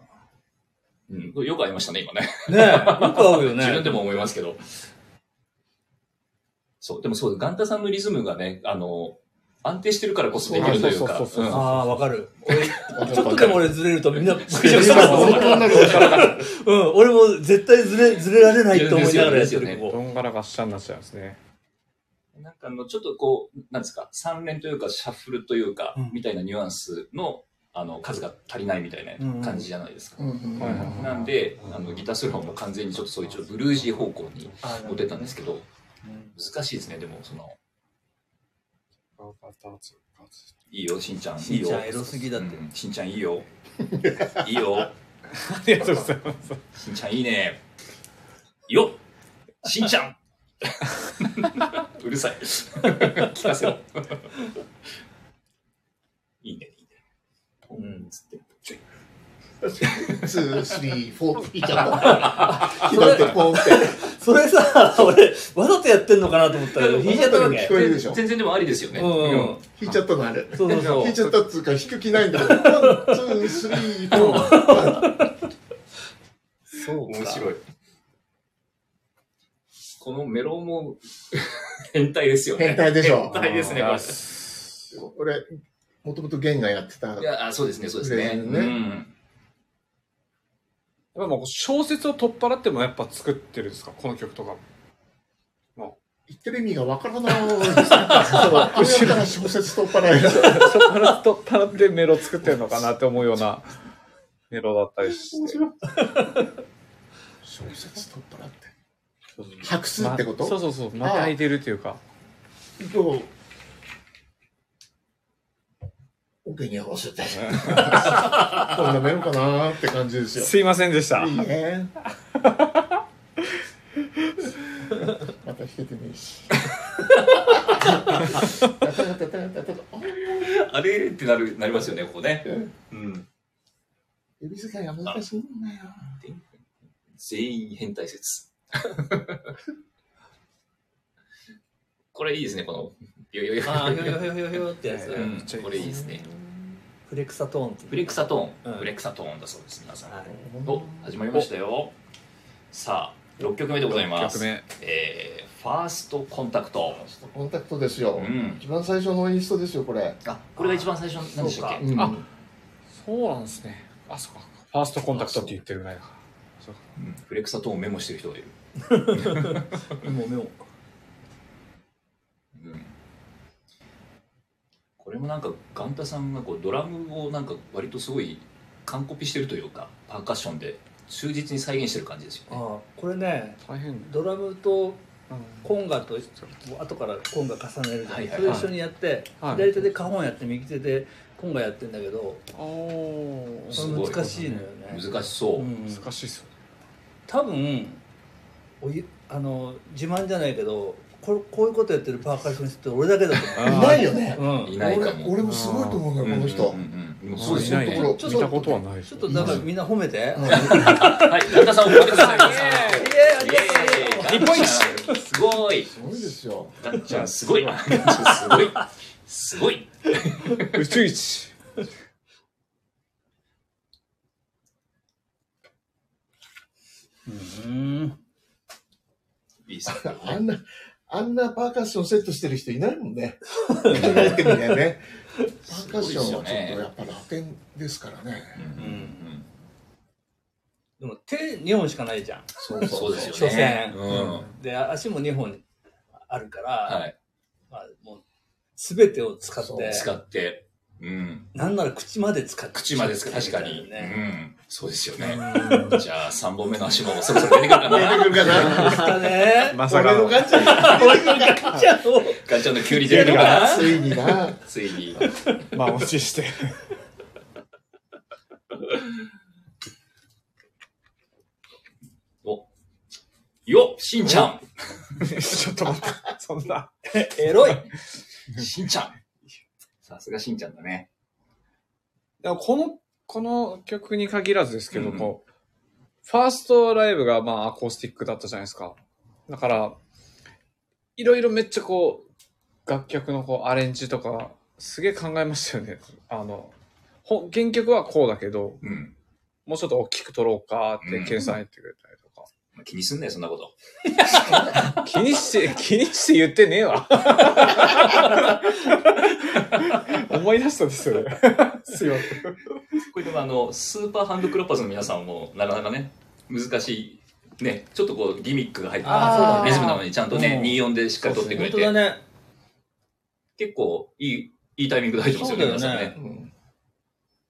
うん。これよく合いましたね、今ね。ねえ、よく合うよね。自分でも思いますけど。そう、でもそう、ガンタさんのリズムがね、あの、安定してるからこそできるというか。そうそうそうそううんああ、わかる。俺、ちちょっとでも俺ずれるとみんな、今、本当になるうん、俺も絶対ずれ、ずれられないと思いながらやってる、ですよねですよねここどんがらがっしゃになっちゃいますね。なんかあの、ちょっとこう、なんですか、三連というか、シャッフルというか、うんみたいなニュアンスの、あの、数が足りないみたいな感じじゃないですか。うんなんで、あの、ギターソロも完全にちょっとそういう、ちょっとブルージー方向にあ持ってったんですけど、難しいですね、でも、その、いいよ、しんちゃん。しんちゃんいいよエロすぎだってうんしんちゃんいいよ。いいよ。ありがとうございます。しんちゃんいいね。よっしんちゃんうるさい。聞かせろ。いいね、いいね。うん、つって。ちょい2、3、4って言っちゃった。左手ポンって。それさ、俺、わざとやってんのかなと思 ったら、弾いちゃったわけ。聞こえるでしょ全然でもありですよね。うんうん。引いちゃったのあれ。そうそうそ。引いうちゃったっつうか、引く気ないんだけど。1、2、3、4。そうか面白い。このメロも変態ですよね。変態でしょ変態ですね、こ俺、もともと弦がやってたれ。い。や、あそうですね、そうですね。ですねうん。やっぱもう小説を取っ払ってもやっぱ作ってるんですかこの曲とかも。言ってる意味がわからない。後ろから小説取っ払い。取っ払っ取っ払ってメロ作ってるのかなって思うようなメロだったりして。小説取っ払って。白数ってことまそうそうそう。また空いてるっていうか。今日、オケに合わせて。こんなメロかなーって感じですよ。すいませんでした。いいね。 また弾けてねえし。タタタタタタタああれってなるなりますよね、ここね。うん。指使いが難しいんだよ。全員変態 説。これいいですね、この。よよよああ、ひょよひょよひょよってやつ。うめんっちゃいこいですねれいいですね。フレクサトーンっていう。フレクサトーン、うんフレクサトーンだそうです、皆さん。はいお、始まりましたよ。さあ、6曲目でございます。曲目えー、ファーストコンタクト。コンタクトですよう。ん。一番最初のインストですよ、これ。あ、これが一番最初の、何でしたっけうんあそうなんですね。あ、そっか。ファーストコンタクトって言ってるぐらいだ。そうかうんフレクサトーンをメモしてる人がいる。もうメモ。うんこれもなんかガンタさんがこうドラムをなんか割とすごい完コピしてるというかパーカッションで忠実に再現してる感じですよねああ、これね、大変だ。ドラムとうんコンガと後からコンガ重ねるじゃはん、いはいそれ一緒にやって、はい左手でカホンやって右手でコンガやってんだけど、おーすそごいれ難しいのよね難しそう、うん難しいっすよね。多分おゆあの自慢じゃないけどこれこういうことやってるパーカッショニストって俺だけだとうまいよね。思う、うんいないかも俺俺もすごいと思うのよ、この人うん。うんうんそそううでですすねね。そういうところ見たことはないですちょっよとなんかみんな褒めて、いえはいガンタさんおめでとうございますありがとイエーイ日本一すごいすごいですよ。ガンちゃんすごいガンちゃんすごいすごい宇宙一。ううんいいですねあんな、あんなパーカッションセットしてる人いないも んね。考えてみりゃね。パーカッションはちょっとやっぱ楽天ですからね。うんうんうんでも手2本しかないじゃんそうそうですよ所ね詮うんで足も2本あるから、はいまあ、もう全てを使っそうて使ってうんなんなら口まで使って口までですか確かみたに、いなねうんそうですよねじゃあ3本目の足もそろそろ出てくるかな 出てくるかな。だ ね。ま俺のの。感じゃじゃあもうガンちゃんのキュウリ出てくるかなついにな。ついにまあ、落ちして。およっしんちゃちょっと待って。そんな。エロい。んしんちゃんさすがしんちゃんだねでもこの、この曲に限らずですけど、うんこう、ファーストライブがまあアコースティックだったじゃないですか。だから、いろいろめっちゃこう、楽曲のこうアレンジとか、すげえ考えましたよね。あの、ほ原曲はこうだけど、うんもうちょっと大きく取ろうかって計算入ってくれたりとか。気にすんなよそんなこと気にして、 気にして言ってねえわ。 思い出したんですよね。すいません。これでもあのスーパーハンドクロッパーズの皆さんもなかなかね難しいねちょっとこうギミックが入ってあーそうだねリズムなのにちゃんとね、うん24でしっかり取ってくれ本て、当だね。結構いいいいタイミングで入ってますよねそうだよ皆ねさんね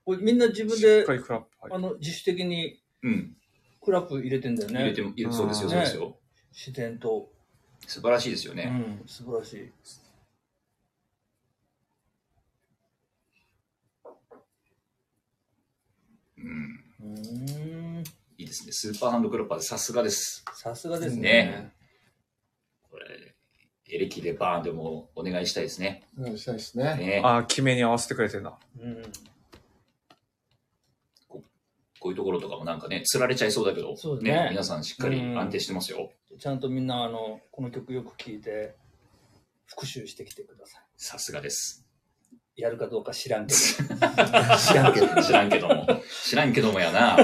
これみんな自分しっでか、りクラップ入あっの、自主的にうんクラップ入れてんだよ入れねて。も入れそうですよ、うんそうですよ。自然と。素晴らしいですようね。ん、素晴らしい。うん。うーん。いいですね。スーパーハンドクロッパーでさすがです。さすがですねね。これ、エレキでバーンでもお願いしたいですね。うんしたいですね。ねて。ああ、決めに合わせてくれてんだ。うん。こういうところとかもなんかね、釣られちゃいそうだけど、そうだね皆さんしっかりうん安定してますよ。ちゃんとみんな、あの、この曲よく聴いて、復習してきてくだささすがです。い。やるかどうか知らんけど。知らんけど。知らんけども。知らんけどもやな。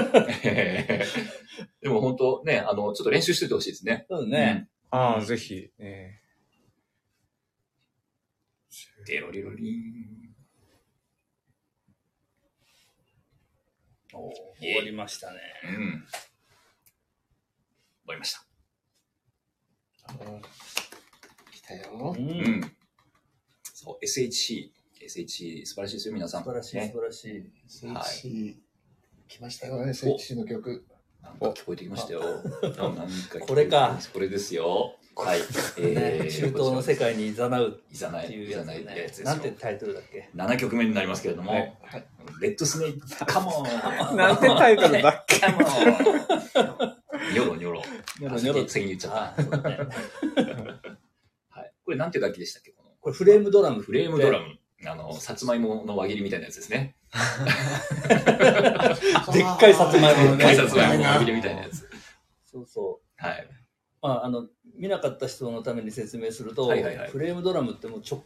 えーでも本当ね、あの、ちょっと練習しててほしいですね。そうだね。ああ、ぜひ。ねうん。デロリロリン。おー終わりましたね。うん。終わりました。来たよう。んう。ん。そう、SHC。SHC、素晴らしいですよ、皆さん。素晴らしい、ね素晴らしい。 SHC 来ましたよね、SHC の曲。なんか聞こえてきましたよ。あなんかこれか。これですよ。はい。えね中東の世界に誘ういざなっい、ていういやざつないねやつですよなんて。タイトルだっけ7曲目になりますけれども、はいはいレッドスネーク、カモンえ。なんてタイトルだっけカモンニョロニョロ。ニョあロニョロ先に言っちゃっあそうだねた。はい。これなんて楽器でしたっけこのこれフレームドラムフレームドラムム。あの、さつまいもの輪切りみたいなやつですね。でっかいさつまいものね改はい札前の輪切りみたいなやつ。そうそう。はい。まあ、あの、見なかった人のために説明すると、はいはいはいフレームドラムってもうちょ、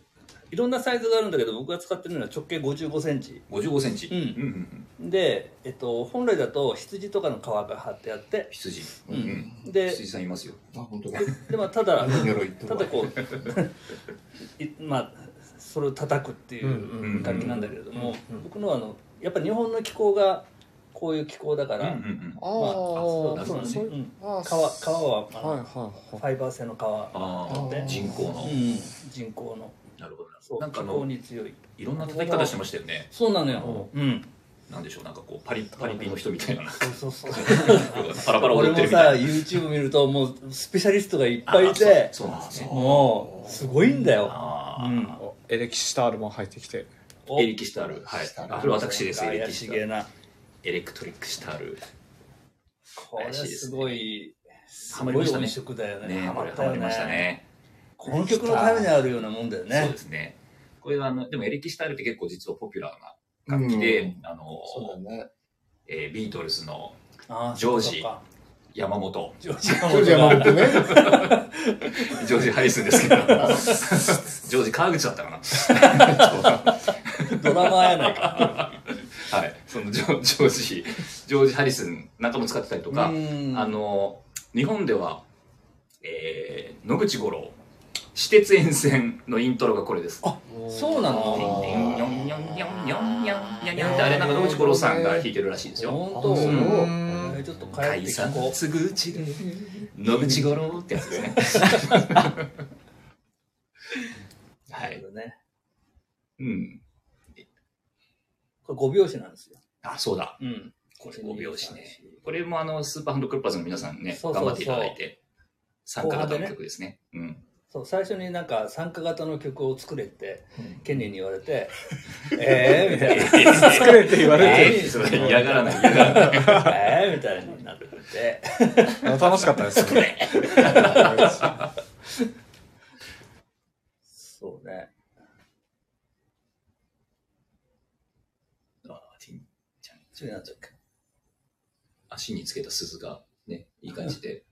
いろんなサイズがあるんだけど、僕が使ってるのは直径55センチ。 55センチ。うんうんうん。で、えっと、本来だと羊とかの皮が貼ってあって、羊。うんうん。で、羊さんいますよ。あ、本当だ。でまあ、ただ、 鎧ってただこう、い まあ、それを叩くっていう。うん楽器なんだけれども、僕のはあのやっぱ日本の気候がこういう気候だかうんうら、んあうん。あ、そうだそうなんですねういん、あ皮皮は、あのはいはいフはい。ァイバー製の皮、ああ、人工のう。ん、人工のなるほどな。そうなんかあ気候の、に強いいろんな叩き方してましたよね。そうなのよ、うん、なんでしょう、なんかこう、パリパリピの人みたいな。そうそうそう パラパラ踊俺ってもるみたさいな。 YouTube 見るともうスペシャリストがいっあぱいいてそうそうなんですね。もうすごいんだよ、ああ。うん、おエレキシタールも入ってきて。おエレキシタール。はい。あそれ私です、エレ怪キシしターげル。なエレクトリックシタール。これすごいすハマりごまいしたね音色だよねねハこマれっハたよマりましたね。この曲のためにあるようなもんだよそうねですね。これはあの、でもエレキシタールって結構実はポピュラーな楽器で、うんあの、そうだね。えービートルズのあージョージそうか山本、ジョージジョージ山本ね。ジョージハリスンですけど、 ジョージ川口だったかな。ドラマーやないか。はい。そのジョジョージ、ジョージハリスンなんかも使ってたりとか、うんあの、日本では、えー野口五郎、私鉄沿線のイントロがこれです。そうなニョンニョのンニョンニョンニョンニョンニョンニョンってあれなんか野口五郎さんが弾いてるらしいですよ。本当、そうえーちょっと帰っ解て聞散こすぐちで野口五郎ってやつですね。 う。はないる。ほどね。うん。これ五拍子なんですよ。あ、そうだ。うん。これ5拍子ね。これもあの、スーパーハンドクルッパーズの皆さんね、そうそう頑張そうっていただいて、参加型の曲ですね。うん。そう最初になんか参加型の曲を作れってケニーに言われて、ええみたいな、作れって言われえーそれ嫌がらない、嫌がらない。ええみたいになってて、て。楽しかったです。そうね。あティンちゃんそれなんだっけ。足につけた鈴が、ね、いい感じで。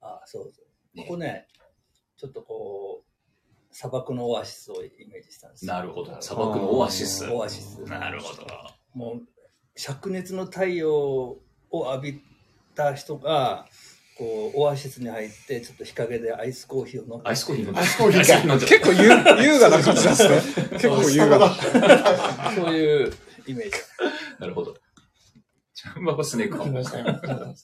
あ、そうそう。ねここね、ちょっとこう砂漠のオアシスをイメージしたんですよ。なるほど。砂漠のオアシス。オアシス。なるほど。もう灼熱の太陽を浴びた人がこうオアシスに入ってちょっと日陰でアイスコーヒーを飲むアイスコーヒー飲んでアイスコーヒーかアイ飲んじゃっ結構優優雅な感じなんですね。結構優雅な。そういうイメージたなるほど。ジャンババスネークかも。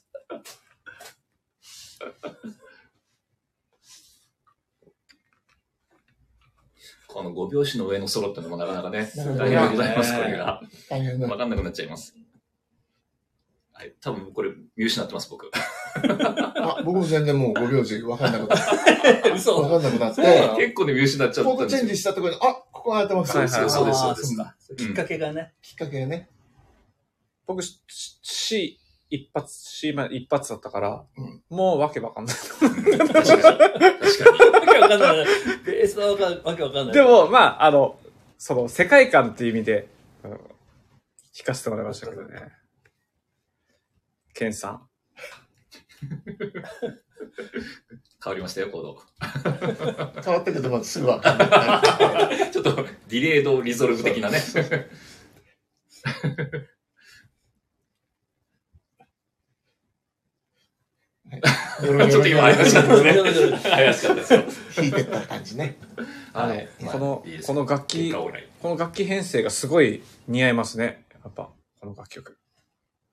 この5拍子の上のソロってのもなかなかね、大変でございます、これが。大変だわ。かんなくなっちゃいます。はい、多分これ見失ってます、僕。あ、僕も全然もう5秒時わかんなくなって、わ嘘かんなくなって、結構ね、見失っちゃコっーたんでドチェすンよジ。したところに、あ、ここが空いてます。はいはいそうです、そうあーです。そうきっかけがね、きっかけね。僕、し C 一発、C まで一発だったからうん、もうわけわかんない。確かに。確かに。わけわかんないベースはわかわけわかんないでも、まあ、あの、その、世界観っていう意味で、うん弾かせてもらいましたけどね。ケンさん。変わりましたよ、行動。変わったけど、まずすぐわかんない。ちょっとディレードリゾルブ的なね。ちょっと今怪しかったですね。怪しかったですよ。弾いてった感じね。はい。あのこの、このの楽器、この楽器編成がすごい似合いますね。やっぱ、この楽曲。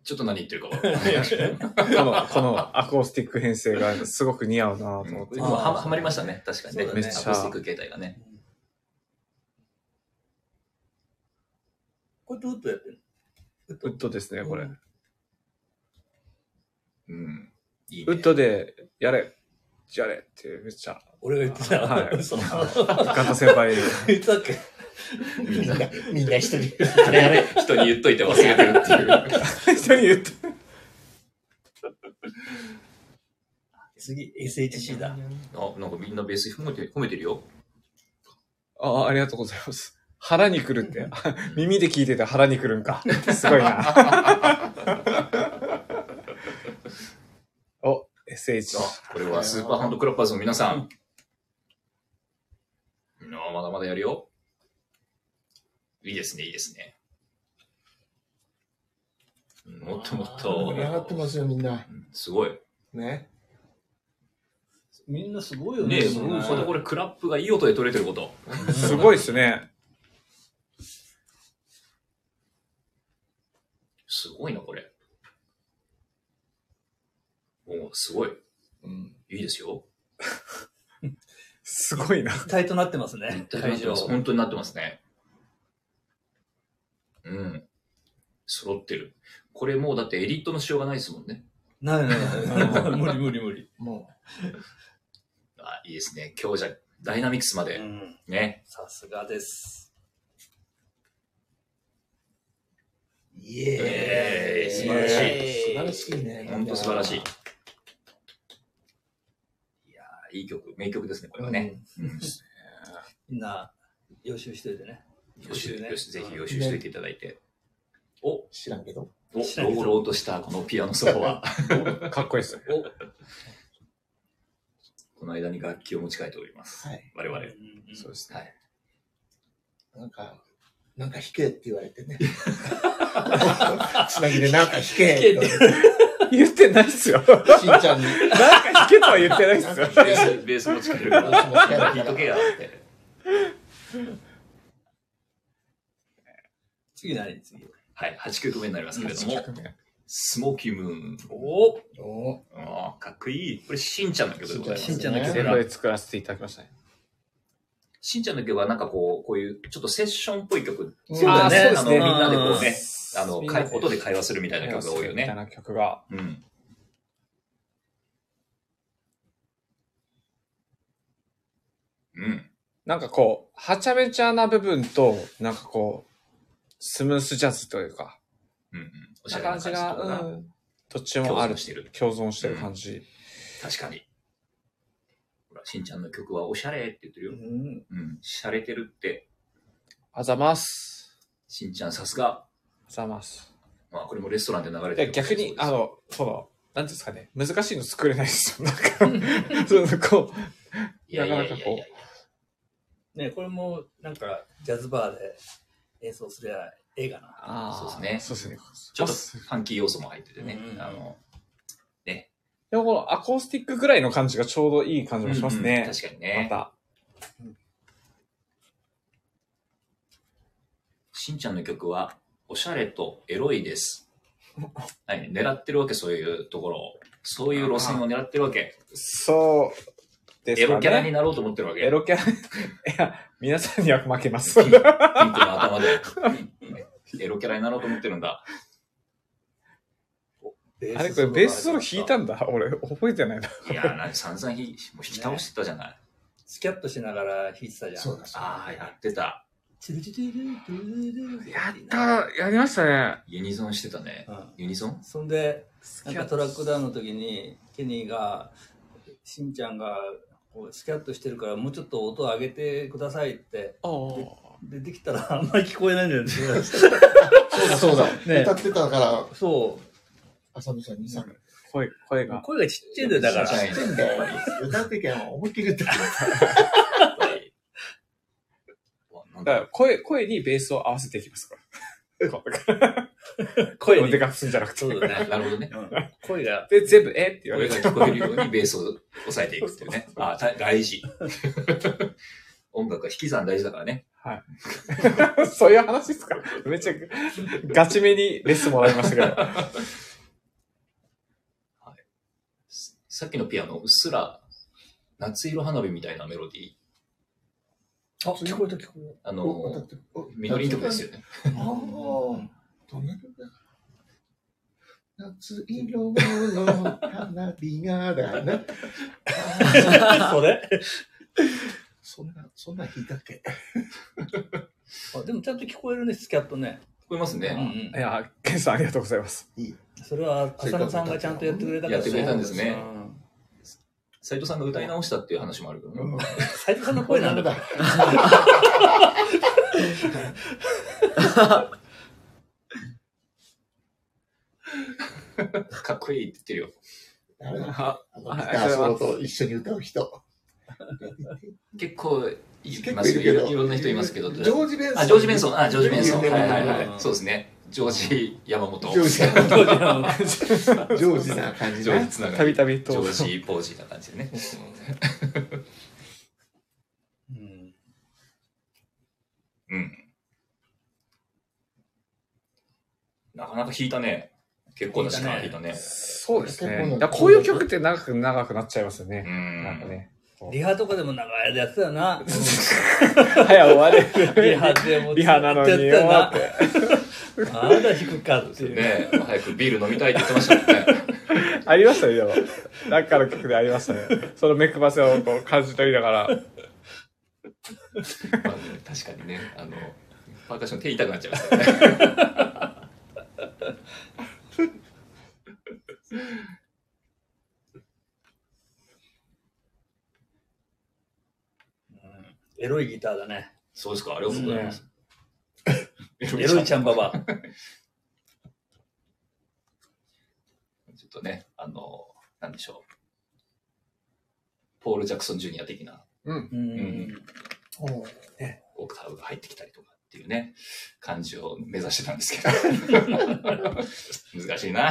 ちょっと何言ってるか分かんない。この、このアコースティック編成がすごく似合うなと思ってで。もははまりましたね、確かにね。そうだめねっちゃアコースティック形態がね。これどうやってやってるウッドですね、これ。うんうん。いいウねッドで、やれ、やれって、めっちゃ、俺が言ってた、は い嘘ガンタ先 輩に。言ってたっけみ んな、みんな一人。あれあれ、人に言っといて忘れてるっていう。 人に言って。次 SHC だあ、なんかみんなベース褒めて褒めてるよ。ああ、ありがとうございます。腹にくるって、耳で聞いてて腹にくるんか。すごいな。 お、SH。あこれはスーパーハンドクラッパーズの皆さん。うんあまだまだやるよ。いいですね、いいですね。うんもっともっ盛り上がってと。ますよ、みんな。うんすごい。ね。みんなすごいよね。ねえ、もうこれこれクラップがいい音で取れてること。すごいですね。すごいな、これ。おおすごい。うん。いいですよ。すごいな。一体となってますね。大丈夫です本当になってますね。うん。揃ってる。これもうだってエリートのしようがないですもんね。ないないない。無理無理無理。もあ、いいですね。強弱、ダイナミクスまで。ね。さすがです。イえー、素晴らう、し素晴らしいね。い。本当素晴らしい。いやーいい曲、名曲ですね、これはね。うんみんな予習しといてね。予習ね予習ぜひ予習しておいていただいて。お、知らんけど。お、知らんけロどーローとしたこのピアノソロは、 かっこいいですね。この間に楽器を持ち帰っております。はい。我々。そうですね。はい。なんか、なんか弾けって言われてね。つなぎでなんか弾けって言われて。言ってないっすよ。しんちゃんに。なんか弾けとは言ってないっすよ。ベース、ベース持ち帰るから、弾いとけやって。次何次。はい、8曲目になりますけれども、スモーキームーン。おおおあーかっこいい。これ、しんちゃんの曲でございましんす。ちゃんの曲全部で作らせていただきましたね。しんちゃんの曲は、なんかこう、こういう、ちょっとセッションっぽい曲。そうだねあのそうですみんねなでこうね、あの、みんかなでい音で会話するみたいな曲が多いよみたいね。な曲が。うん。うん。なんかこう、はちゃめちゃな部分と、なんかこう、スムースジャズというか、うんうん。おしゃなれな感感じじとかが、がうん、どっち共もある存してる。共存してる感じ。確かに。ほら、しんちゃんの曲はおしゃれって言ってるよ。うん。しゃれてるって。あざます。しんちゃんさすが。あざます。まあ、これもレストランで流れてでる。逆に、あの、その、なんていうんですかね、難しいの作れないです よ。なんか、そのこう、いやいやいやいやなかなかねこれもなんかジャズバーで演奏すりゃええかな。あーそうですねそうですね。ちょっとファンキー要素も入っててねう。んあの、でもこのアコースティックぐらいの感じがちょうどいい感じもしますうんね。確かにね。ましんちゃんの曲は、おしゃれとエロいです。はい、狙ってるわけ、そういうところを。そういう路線を狙ってるわけ。た。そうですエかね。ロキャラになろうと思ってるわけ。エロキャラ。いや、皆さんには負け ます。ピンクの頭で。エロキャラになろうと思ってるんだ。あれこれベースソロ弾いたんだ。俺、覚えてないな。いやー、なんか散々ひもう引き倒してたじゃない。スキャットしながら弾いてたじゃん。そうだそうだ。ああ、やってた。チュルチュルチュルチュルチュルやりましたね。ユニゾンしてたね。うんユニゾンそんで、なんかトラックダウンの時に、ケニーが、しんちゃんが、こうスキャットしてるから、もうちょっと音を上げてくださいって。あで、できたらあんまり聞こえないんだよね。そうだそうだ。ね歌ってたから、そ浅野さんにさ、声、声う。が。声がちっちゃいんだよ、だかちっちゃいら。ね歌ってけん、思いっきり歌っやてっぱりうわなんだだから声、声にベースを合わせていきま すから。こう声声をにで。かくするんじゃなくて。そうだね。なるほどね。うん声が、で、全部、えって言わ俺れがて。聞こえるようにベースを押さえていくっていうね。ああ、た大事。 音楽は引き算大事だからね。そういう話ですかめっちゃ、ガチめにレッスンもらいましたけど。 さっきのピアノ、うっすら、夏色花火みたいなメロディー。あ、聞こえた聞こえあた。お歌のっ、てるお緑の曲ですよね。ああ、どんな曲だ夏色の花火がだな。 それそんな、そんな日だっけ。あでもちゃんと聞こえるね、スキャットね。聞こえますうんうね。んい。や、ケンさんありがとうございます。それは、浅野さんがちゃんとやってくれたからやってくれたんですねうん斉藤さ んが歌い直したっていう話もあるけどね。斉藤さんの声なんだ。だ。かっこいいって言ってあれあだはあのギターソロと一緒に歌う人。るよ。結構いま結構いするよ。いけどろいろんな人いますけど。ジョージ・ベンソン。あ、ジョージ・ベンソン。あ、ジョージ・ベンソン。有は名いなはいはうい。んそうですね。ジョージ・山本。ジョージ ジョさ当時あのん。ジョージな感じージね。つながり。たびたびジとョ。ージ・ポージな感じでね。 うんうん。なかなか弾いたね。結構な時間弾いたね。そうです結構ね。ないやこういう曲って長く長くなっちゃいますようね。なんかん。ね。リハとかでも長い間やってたよな。早終われリる。ハでも リハなのにやってたなよ。まだ弾くかっていうね。ね早くビール飲みたいって言ってましたもんね。ありましたね、でも。なんかの曲でありましたね。その目くばせをこう感じ取りながら。まあね確かにね。あの、パーカッション手痛くなっちゃいますからね。エロいギターだね。そうですか、あれはそうだよ。 エエロいちゃんばば。ちょっとね、あの、なんでしょう。ポール・ジャクソン・ジュニア的なうん。うん。うんオクターブが入ってきたりとかっていうね、感じを目指してたんですけど。難しいな。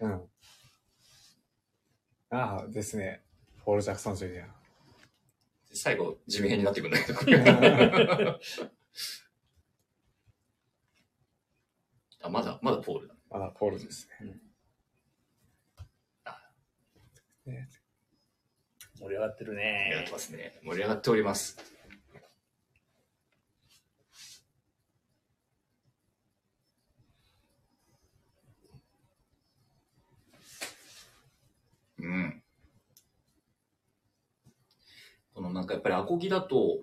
うん。ああですね。ポール・ジャクソン・ジュ ニア。最後、地味編になってくるんだけどこ れ。あまだ、まだポールだ。まだポールですね。盛り上がってる盛り上がっねて。ますね。盛り上がっております。うん。このなんかやっぱりアコギだと、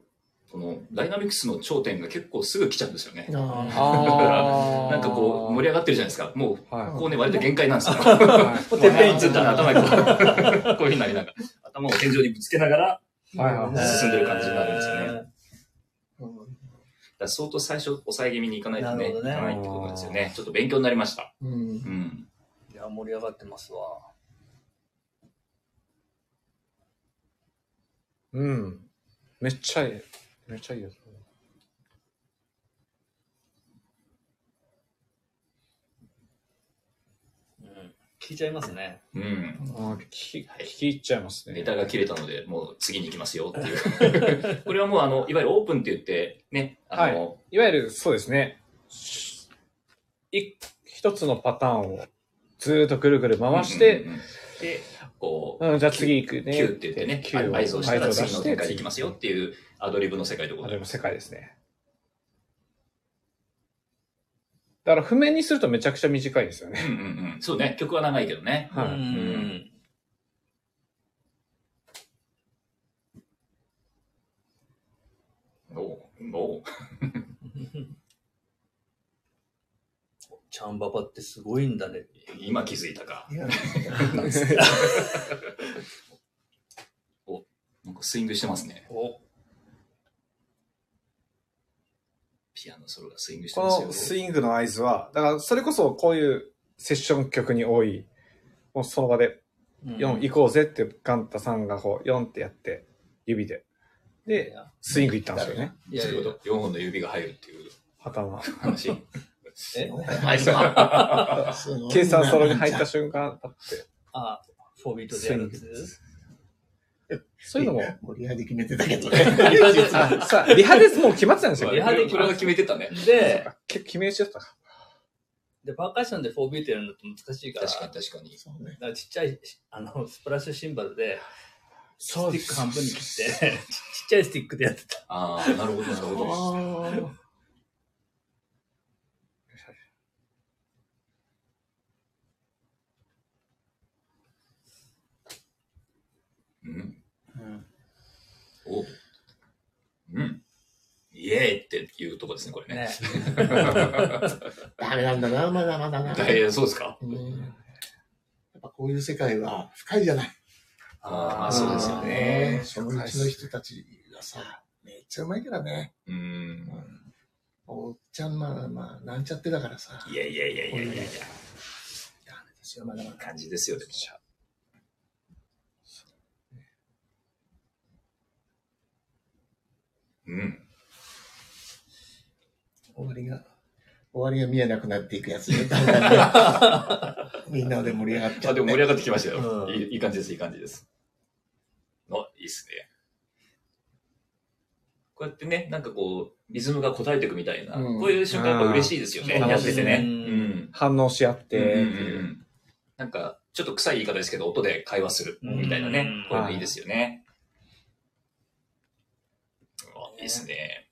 このダイナミクスの頂点が結構すぐ来ちゃうんですよね。あ あなんかこう盛り上がってるじゃないですか。もう、はい。ここね、割と限界なんですよ。 はもうてっぺん行っちゃった頭にこう、こういうふうになりながら、頭を天井にぶつけながら、いはいね進んでる感じになるんですよねね。だから相当最初抑え気味にいかないとなねるほどねいかないってことですよねちょっと勉強になりましたうんう。んいや、盛り上がってますわ。うん。めっちゃいい。めっちゃいいです。うん。聞いちゃいますね。うんあーき聞き入っちゃいますね。ネタが切れたのでもう次に行きますよっていう これはもうあのいわゆるオープンって言ってねあの、いわゆるそうですね。い一つのパターンをずーっとぐるぐる回して、うんうんうんでこううん、じゃあ次行くね。 9って言ってね9を合図をしたら合図を次出のして展開で行きますよっていうアドリブの世界ってこあとれでも世界ですね。だから譜面にするとめちゃくちゃ短いですよね。うんうんうんそうね曲は長いけどねはい。うん。おうおうチャンババってすごいんだね。今気づいたかいやなんかスイングしてますねおピアノソロがスイングしてますこよのスイングの合図は、だからそれこそこういうセッション曲に多い、もうその場で4行こうぜってガンタさんがこう4ってやって、指で。いで、やスイングいったんですよね。いやいや4本の指が入るっていう 頭。話えはい、そう。すごいな計算ソロに入った瞬間、パッて。あ、フォービートでやるんで そういうのも。盛り上げ決めてたけどね。 あさあ、リハでもう決まってたんですよ。リリハハででこれは決めてたね。で、あけ決め打ちだったか。で、パーカッションでフォービートやるのって難しいから、確かに確かに。そうねだからちっちゃい、あの、スプラッシュシンバルで、スティック半分に切って、 ちっちゃいスティックでやってた。ああ、なるほど、なるほど。うん。おうん。イエーイっていうとこですね、これね。ね。ダメなんだな、まだまだな。えー、そうですかうんやっぱこういう世界は深いじゃない。ああ、そうですよね。そのうちの人たちがさ、めっちゃうまいからね。うん。おっちゃん、まあまあ、なんちゃってだからさ。いやいやいやいやいやいや、私はまだまだ感じですよ、でも。うん。終わりが、終わりが見えなくなっていくやつね。 みんなで盛り上がっちゃあ、う、でね。も盛り上がってきましたよ。うんいいいい感じです、いい感じです。あ、いいっすね。こうやってね、なんかこう、リズムが答えていくみたいな、うんこういう瞬間やっぱ嬉しいですよね、あーやっててね。ううんん。反応し合ってってうんうんいうう。んなんか、ちょっと臭い言い方ですけど、音で会話するみたいなねうん、こういうのいいですよね。あ、いいですね。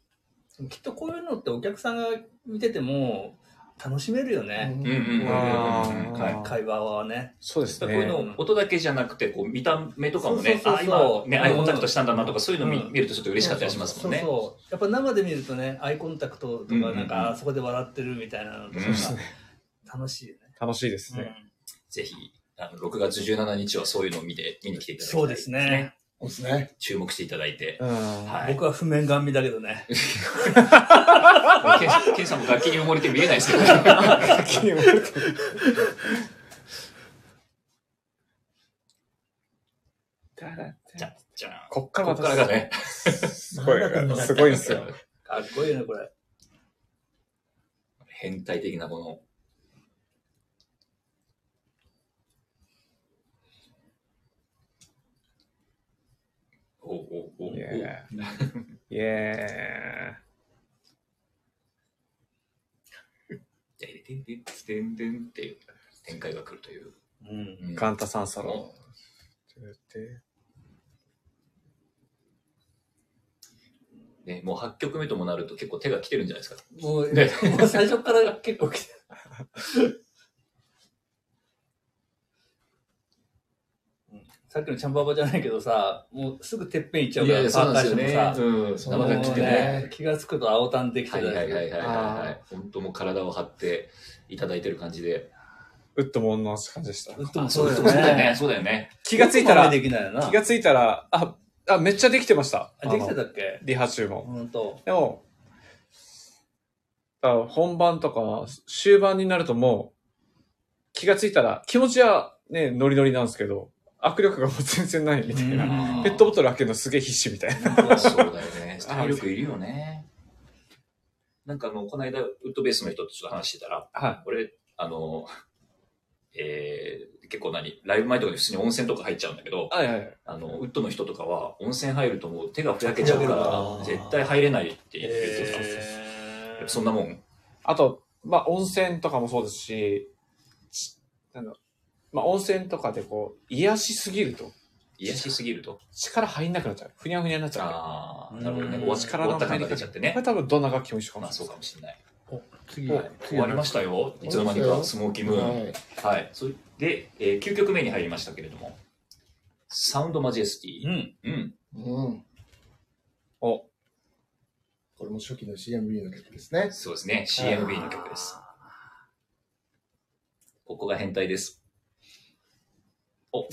きっとこういうのってお客さんが見てても楽しめるよね。うんうんうんうんうんあーはい。会話はね。そうですこうね。いうのを音だけじゃなくて、こう見た目とかもね、そうそうそうそうあ、今ね、アイコンタクトしたんだなとうか、んそういうの見うん見るとちょっと嬉しかったりしますもんねそう。そうやっぱ生で見るとね、アイコンタクトとうか、んうんうんなんかあそこで笑ってるみたいなのとかそうです楽しいよね。楽しいですうんね。ぜひ、あの6月17日はそういうのを見て、見に来ていただきたいそうですね。。そうですね。注目していただいて。うん。 はい。僕は譜面顔見だけどね。ケンさんケンさんも楽器に埋もれて見えないですけど。はじゃんじゃん。こっからこまこたからがね。すごい、すごいんですよ。かっこいいね、これ。変態的なこの。おおおおイエーイ。イエてんてんてんてんてんっていう展開が来るという。うん。うーんイ。カンタサンサロ。ね、もう8曲目ともなると結構手が来てるんじゃないですか。もう、ね もう最初から結構来てる。さっきのチャンババじゃないけどさ、もうすぐてっぺん行っちゃうから、パーカッションもうん。そさう生ながんで来すてよもうね。ね気がつくと青タンできてはいたはいりはいはいはいはあい。本当もう体を張っていただいてる感じで。ウッドモンの感じでした。うっともそうだよだよね。ね。そうだよね。気がついたら、で気きないよな。がついたら、あ、あ、めっちゃできてました。あできてあのたっけリハ中も。ほんと。でも、だから本番とか終盤になるともう気がついたら気持ちはね、ノリノリなんですけど、握力がもう全然ないみたいな。うんペットボトル開けるのすげえ必死みたい な。そうだよね。体力いるよね。なんかあの、この間、ウッドベースの人とちょっと話してたら、は俺、あの、えー結構何ライブ前とかに普通に温泉とか入っちゃうんだけど、い。はいはい。あの、ウッドの人とかは温泉入るともう手がふやけちゃうかあら、ー絶対入れないって言ってた。えーそんなもん。あと、まあ温泉とかもそうですし、ちあの、まあ温泉とかでこう、癒しすぎると癒しすぎると。力入んなくなっちゃう。ふにゃふにゃになっちゃう。ああ、なるほどね。うん終わっ終力わのった入感りが出方ちゃってこねれ。多分どんな楽器も一緒かもまあしそれうないかもしれない。お次はい終わりましたよ。いつの間にかスモーキームーン。はいはい。それで、えー9曲目に入りましたけれども、サウンドマジェスティ。うん。うん。うん。お、これも初期の CMB の曲ですね。そうですね。CMB の曲です。ここが変態です。お、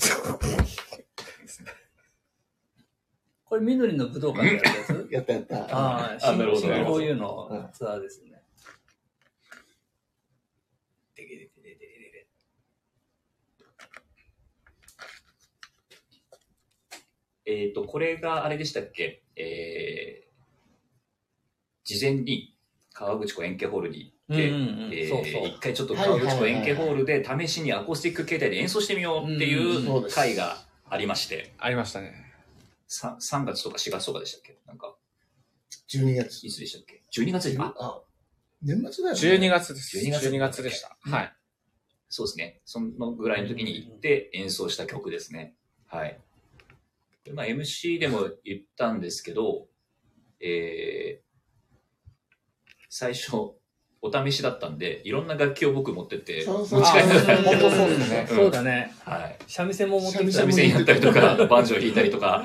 これ、緑の武道館でやるやつやったやった。あ あなるほどなるほどこういうのツアーですね。でけでけでけでけでえっ、と、これがあれでしたっけえー、事前に川口湖円形ホールに行って、うんうんうんえーそうそう一回ちょっと川口湖円形ホールで試しにアコースティック形態で演奏してみようってうんうんそいううです回がありまして、ありましたね。さ 3, 月とか4月とかでしたっけなんか、 12月い。つでしたっけ ?12 月であ、あ、年末だよね。 12月です。 12月12月でした。はい。そうですね。そのぐらいの時に行って演奏した曲ですね。はい。でまあ、MC でも言ったんですけど、えー最初、お試しだったんで、いろんな楽器を僕持ってって、そうそう持ち帰ありながら、本当そうですねそうだね。はい。三味線も持ってきた三三味味線線やったりとか、バンジョー弾いたりとか、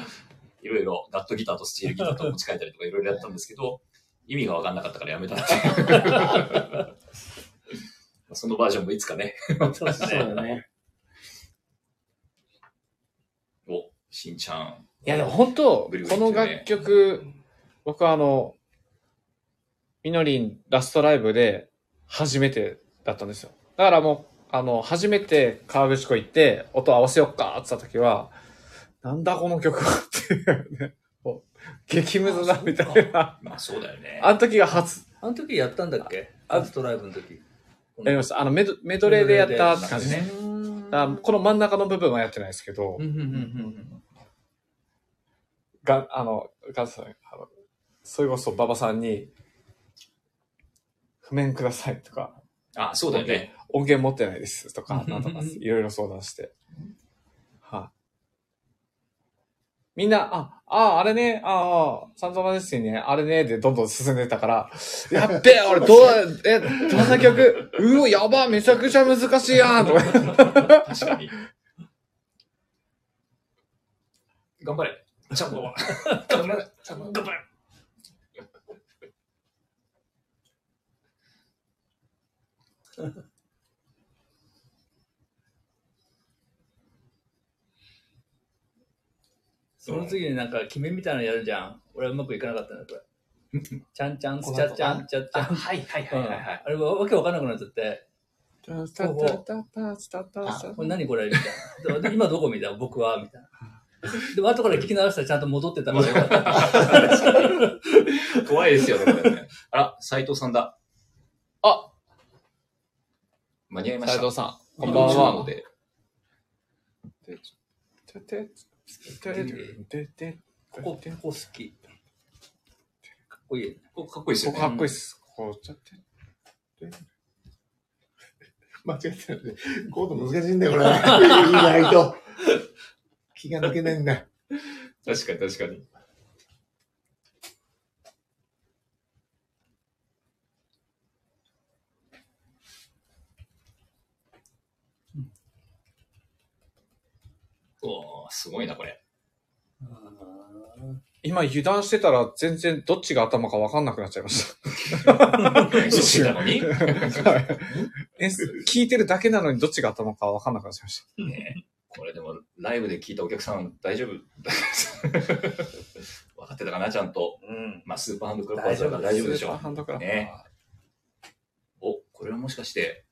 いろいろ、ガットギターとスチールギターと持ち帰ったりとか、いろいろやったんですけど、意味がわかんなかったからやめたっていう。そのバージョンもいつかね、そうですそうね。だね。お、しんちゃん。いやでも本当、こブリブリの楽曲、僕はあの、みのりんラストライブで初めてだったんですよ。だからもう、あの、初めて河口湖行って音合わせよっかって言った時は、なんだこの曲はっていうね、こう激ムズだみたいな。まあそうだよね。あの時が初、あの時やったんだっけあアストライブの時。やりました。あのメド、メドレーでやったって感じメドレーでやね。っだからこの真ん中の部分はやってないですけど、うんうんうんが、あの、ガズさん、あの、それこそ馬場さんに、譜面くださいとか、あ、そうだよね。音源持ってないですとか、なんとかうんいろいろ相談して。はい、みんな、あ、あ、あれね、ああ、サントマですよね、あれね、でどんどん進んでたから、やっべえ、俺どう、え、どんな曲、うお、やば、めちゃくちゃ難しいやんとか。確かに。 頑張れ。ちゃんとは。頑張れ。ちゃんと頑張れ。その次になんか、決めみたいなのやるじゃん。俺はうまくいかなかったんだ、これ。ちゃんちゃん、すちゃちゃん、ちゃちゃん。はいはいはういんはいはい。あれわわけわかんなくなっちゃって、これ何これみたいなで。今どこみたいな、僕はみたいな。でも後から聞き直したらちゃんと戻ってたからよかった。怖いですよね、これね。あら、斎藤さんだ。あ間に合いまし斉た。藤さん、こんばん YouTube は。でここ、ここ好き。かっこいい。ここかっこいいですこよこね。かっこいいっす。こう間違えてるね。コード難しいんだよ、これ。意外と。気が抜けないんだ。確かに確かに。おー、すごいな、こ れ。今油断してたら全然どっちが頭か分かんなくなっちゃいま した。練習してたのに。え、聞いてるだけなのにどっちが頭か分かんなくなっちゃいました。ねこれでも、ライブで聞いたお客さん、大丈夫 分かってたかな、ちゃんと。うん。まあ、スーパーハンドクラップは大丈夫でしスーパょー。ハンドクラップねお、これはもしかして、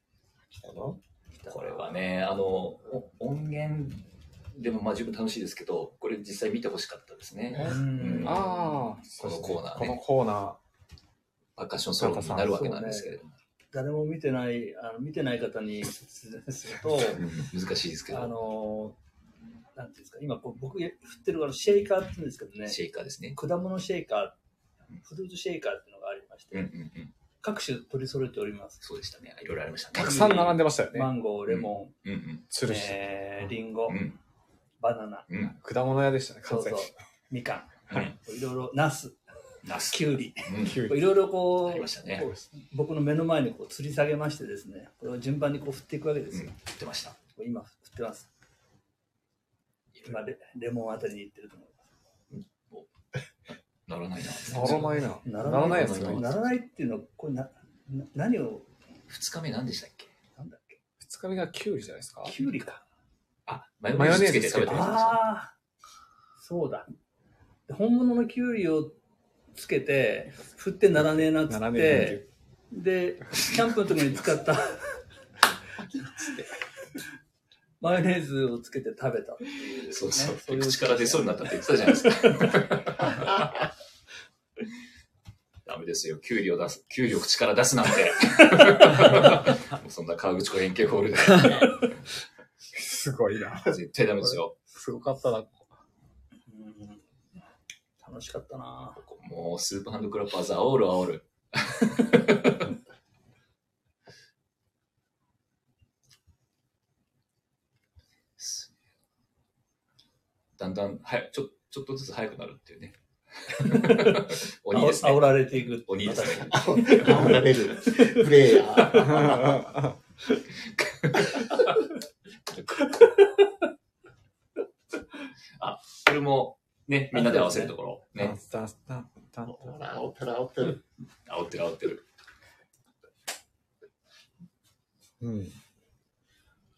これはね、あの、お音源でもまあ十分楽しいですけど、これ実際見てほしかったですね。うんあああ、このコーナーこねのコーナパーカッションソロになるわけなんですけれども。誰も見てない、あの見てない方に説明すると、うん難しいですけあど、のー、なんていうんですか、今こう僕や振ってるからシェイカーって言うんですけどね、シェイカーですね。果物シェイカー、フルーツシェイカーっていうのがありまして、うんうんうん。各種取り揃えております。そうでしたね。いろいろありましたね。ー。たくさん並んで。でましたよねマ。ンゴー、レモン、うんうん。つるし。えー、リンゴ、うんバナナ、うん。果物屋でしたね、そ完うそ全うに。、みかはい。ん、いろいろ、ナス、ナス。キュウリ、うんキュウリいろいろあこりまう、したねそう。ですね僕の目の前にこう吊り下げましてですね、これを順番にこう振っていくわけでうん。す言よ。ってました。今振ってます。今レ、レモンあたりに行ってると思う。ならないな。ならないな。なならないやでつすねならないっていうのは、これな、な何を、二日目何でしたっけなんだっけ、二日目がキュウリじゃないですか。キュウリか。あ、マヨネーズつけて食べてマまヨした。ああ、そうだ。本物のキュウリをつけて、振ってならねえなっつなっらねて、で、キャンプの時に使ったマヨネーズをつけて食べたっていう、そうそうね。い口から出そうになったって言ってたじゃないですか。 ダメですよ。給料出す、給料口から出す なんて。もうそんな川口湖円形ホール で。すごいな。絶対ダメですよ。すごかったな。うん楽しかったなもうスーパーハンドクラッパーズ煽る煽る。だんだん、はい、ちょ、ちょっとずつ速くなるっていう ね。鬼ですね。煽られていく。鬼ですね。守られる。プレイヤー。これも、 ね、みんなで合わせるところ。ね。ほら、おってる、おってる。煽ってる煽ってる。うん。こ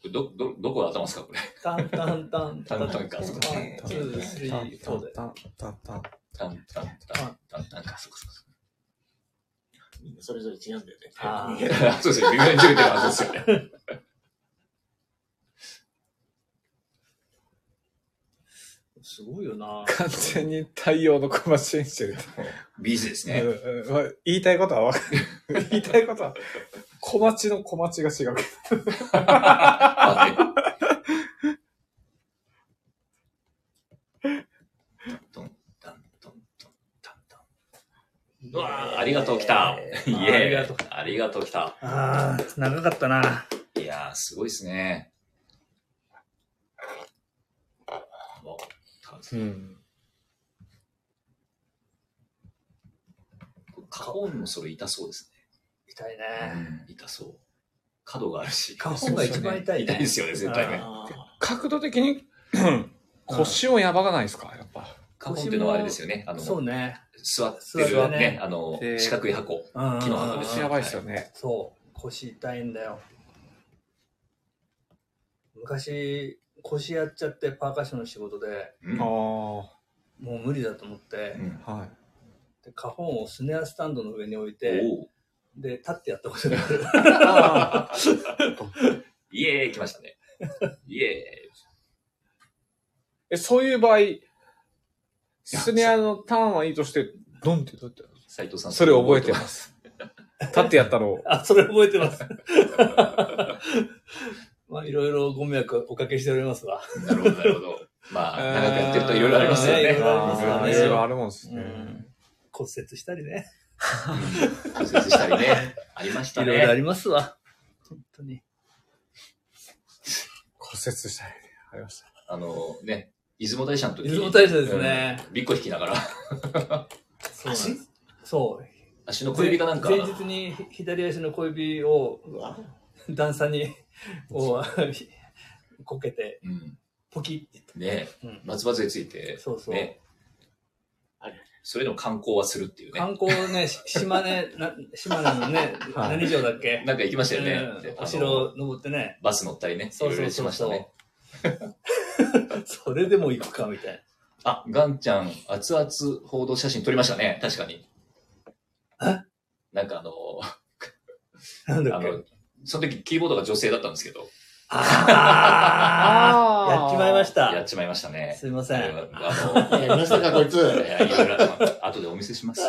れど、ど、どこが頭ですかこれ。タンタンタンタンタンかワンツースリーフォーで。タンタンタタンタンンタンタンタンタン。そうかそうかそうみんなそれぞれ違うんだよね。あか。そうですよ。微妙にずれてるはずですよね。すごいよな。完全に太陽の小町演習。ビーズですうね。んうんまあ言いたいことはわかる。 言いたいことは、小町の小町が違うけど。あねトントントントントントンうわありがとう来た。イーありエがーとイ。ありがとう来た。ああ、長かったな。いやー、すごいですね。もううん。カホンもそれ痛そうです痛いね。ね。痛そう。角があるし。カホンが一番痛いね痛いですよね、絶対ね。あ角度的に、腰をやばがないですかやっぱ。カホンっていうのはあれですよね。あの、そうね。座ってる座るね、ねあので、四角い箱。うん木の箱です腰やばいですよね。そう。腰痛いんだよ。昔、腰やっちゃってパーカッションの仕事で、うんああもう無理だと思ってう、ん。ー。はい。でカホンをスネアスタンドの上に置いて、おうで、立ってやったことがある。あイエーイ来ました ね。イエー え、そういう場合、スネアのターンはいいとして、ドンって立って。ーイ。斉藤さん。それ覚えてます。 立ってやったのを。あ、それ覚えてます。 まあ、いろいろご迷惑おかけしておりますわ。なるほど、なるほど。まあ、長くやってるといろいろありますよえーねい。ろいろありますよねいろいろあるもんですうね。ん骨折したりね。骨折したりね。ありました いろいろあね。りますわ。本当に。骨折したりね。ありました。あの、ね、出雲大社の時出雲大社ですね。うん。びっこ引きながら、そうなんです。そう。足の小指かなんか、前前日にひ左足の小指をーうわ段差に、を こけて、うん、ポキッ。ね、うん松葉杖ついて、そうそうねあれ、それでも観光はするっていうね。観光ね、し島根、な島根のね、はい何城だっけなんか行きましたよね。うでんあのお城登ってね。バス乗ったりね、いそうろいそろうしそまうしたそうね。。それでも行くかみたいな。あ、ガンちゃん、熱々報道写真撮りましたね。確かに。えなんかあの、なんだあっけの、その時キーボードが女性だったんですけど、 ああやっちまいまし。やったちまいましたね。すいませあん。のあやりましたか、こいの、いつ。やいろいろ、まあ後でお見せし ます。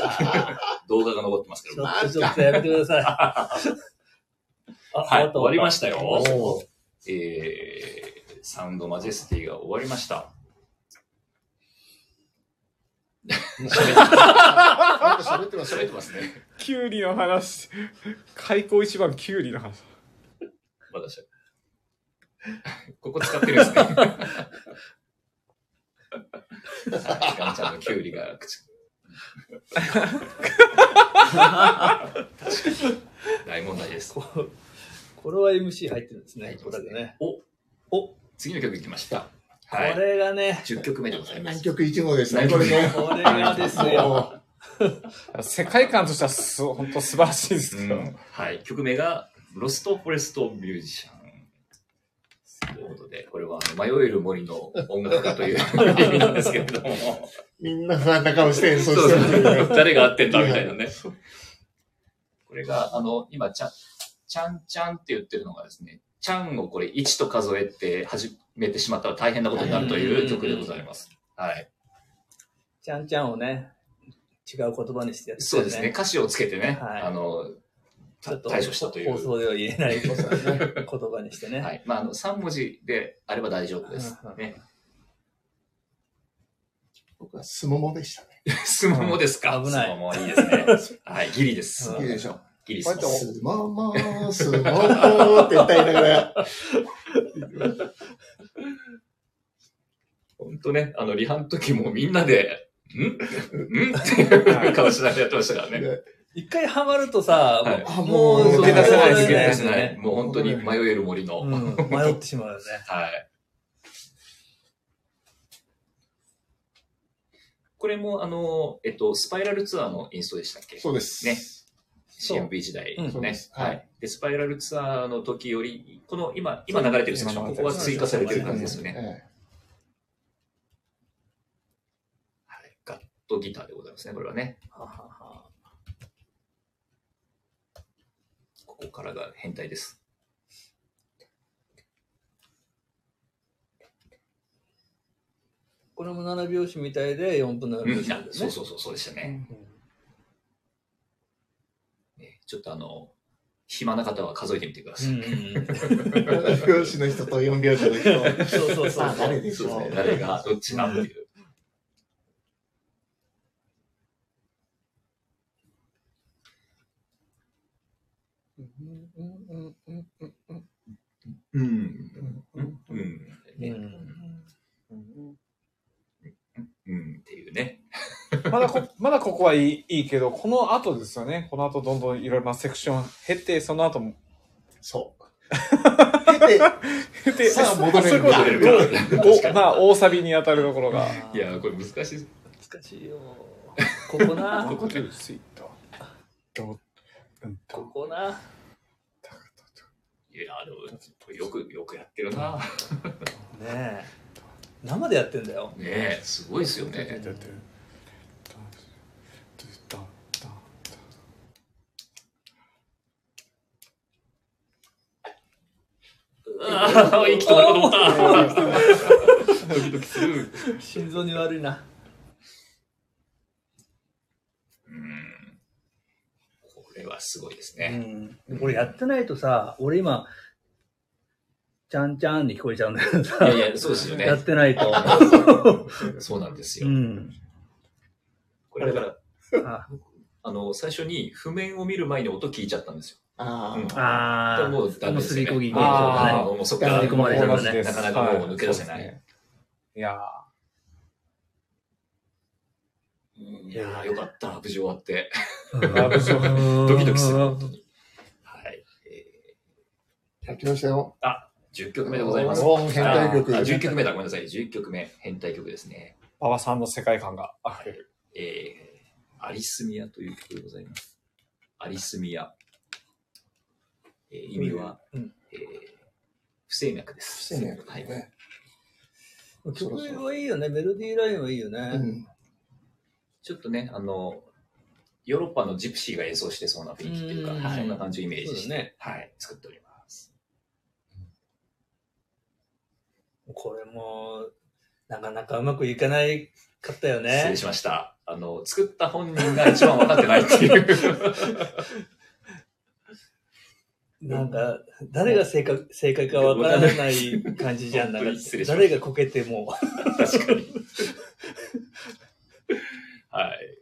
動画が残ってますけちど。ょはっとちょっとやめてください。あ、い、終わりましたよ。おーえー、サウンドマジェスティが終わりま した。なんか喋ってます喋ってますね。キュウリの話。開口一番キュウリの話。まだしゃ ここ使ってるんですね。はいガンちゃんのキュウリが 口。大問題 です。ここれは MC 入ってるんですはね。いこれだけね。お、お、こ次の曲いきました。はい。れがね、 10曲目でございま南す。極一号ですね、南こ極一れね。これがですよ。も世界観としてはす、本当素晴らしいですうけど。ん、はい。曲名が、ロストフォレストミュージシャン。ということで、これは、迷える森の音楽家という意味なんですけれども、うみんな不安な顔して演奏そうしてるっていうそうね。誰が合ってんだみたいなね。これが、あの、今、ちゃん、ちゃんちゃんって言ってるのがですね、ちゃんをこれ1と数えて始めてしまったら大変なことになるという曲でございます。はい。ちゃんちゃんをね、違う言葉にしてやってたそようですね。。歌詞をつけてね、はいあの、ちょっと対処したという。放送では言えない言葉にしてね。はい。まあ、あの、3文字であれば大丈夫ですうんう。んね。僕はスモモでしたね。 スモモですか危ないスモモいいですね。はい、ギリですう。んいいでしょ。ギリスこうモやってモ。スモモ、スモモって歌いなが ら。ほんとね、あの、リハの時もみんなで、ん んっていう顔しながらやってましたからね。一回ハマるとさ、はいあもうもうそう抜け出せないです抜け出ねせない。もう本当に迷える森の。うはい。ん迷ってしまうよね。これも、あの、えっと、スパイラルツアーのインストでしたっけそうです。ね。CMB 時代うんそうねで。すはいはい。で、スパイラルツアーの時より、この今、今流れてるセクション、ここは追加されてる感じですよね。えはい。がトギターでございますね、これはね。はははここからが変態です。これも7拍子みたいで4分7う拍ん子なんだよね。そうそうそう、そうでしたね。ねちょっとあの、暇な方は数えてみてください。うんうんうん7拍子の人と4拍子の人。そうそうそうさあ、誰でしそうょですね。う。誰がどっちなんっていう。うん。うん。うん。うん。っていうね。まだこ、まだここはいいいいけど、この後ですよね。この後どんどんいろいろなセクション経て、その後も。そう。で、経て、さあ戻れるあかそういうことでおまあ、大サビに当たるところが。 いや、これ難しいです。難しいよ。ここな、 こでスイッタど、うん、ことこな。いや、でも、よく、よくやってるな。ねえ。生でやってんだよ。ねえ、すごいですよだってね。だってだだあ あ、息止まるかと思った。ドキドキする。心臓に悪いな。うん。これはすごいですうね。ん。これやってないとさ、俺今、ちゃんちゃんに聞こえちゃうんだけどいさ、やいや、そうですよやねっ。てないと。そうなんですうよ。ん。これだから、ああの、最初に譜面を見る前に音聞いちゃったんですよ。あうんあ、あー、もうダメもうですすりよねこぎで。あーそもうそっうだねからら組まれてるんだね同じですなかなかもう抜け出せないはそうですねいやいやーよかった、無事終わって。ラブショドキドキする、本当に。はい。やってましたよ。 10曲目でございます。あおー変態曲。あ11曲目だ、ごめんなさい。11曲目、変態曲ですね。馬場さんの世界観が溢れる。えー、アリスミアという曲でございます。アリスミア。えー意味は、うんえー不整脈です。してねはい。曲はいいよね。メロディーラインはいいよね。うん。ちょっとね、あの、ヨーロッパのジプシーが演奏してそうな雰囲気っていうか、うんはいそんな感じをイメージしそうて、だねはい、作っております。これも、なかなかうまくいかないかったよ失礼ね。しました。あの、作った本人が一番分かってないっていう。なんか、誰が正確正解かわからない感じじゃん。な本当んかに失礼しました誰がこけても。確かに。はい。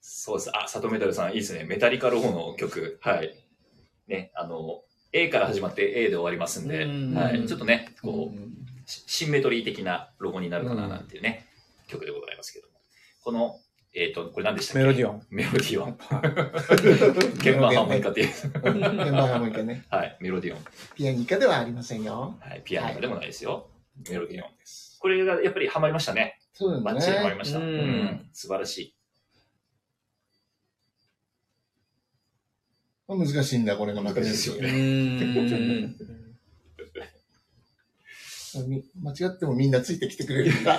そうです。あ、里メタルさん、いいですね。メタリカロゴの曲。はい。ね、あの、A から始まって A で終わりますんで、うんはい、ちょっとね、こう、うんシシンメトリー的なロゴになるかななんていうね、曲でございますけども。この、えっ、と、これ何でしたっけメロディオン。メロディオン。鍵盤ハーモニカっていう。メンバーがもう一回ね。はい、メロディオン。ピアニカではありませんよ。はい、ピアノでもないですよ。メロディオンです。これがやっぱりハマりましたね。そうバだッチリハマりね。ました。ううんん、素晴らしい。難しいんだ、これがまた。難しいですよねうーん。み間違ってもみんなついてきてくれるんだ。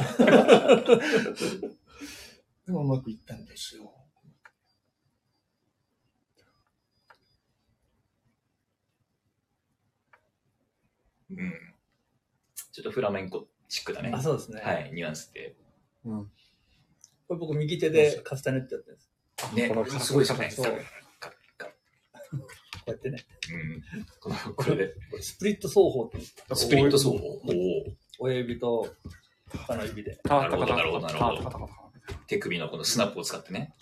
でもうまくいったんですよ。うん。ちょっとフラメンコチックだねあ、。そうですね。はい、ニュアンスで。これ僕右手でカスタネットやってるんです。ねこの、形すごいですよね。そうこうやってね。うん。このこれで、これスプリット奏法って言うんですスプリット奏法。おお。親指と他の指で。なるほどなるほどなるほどタタタタタ手首のこのスナップを使ってね。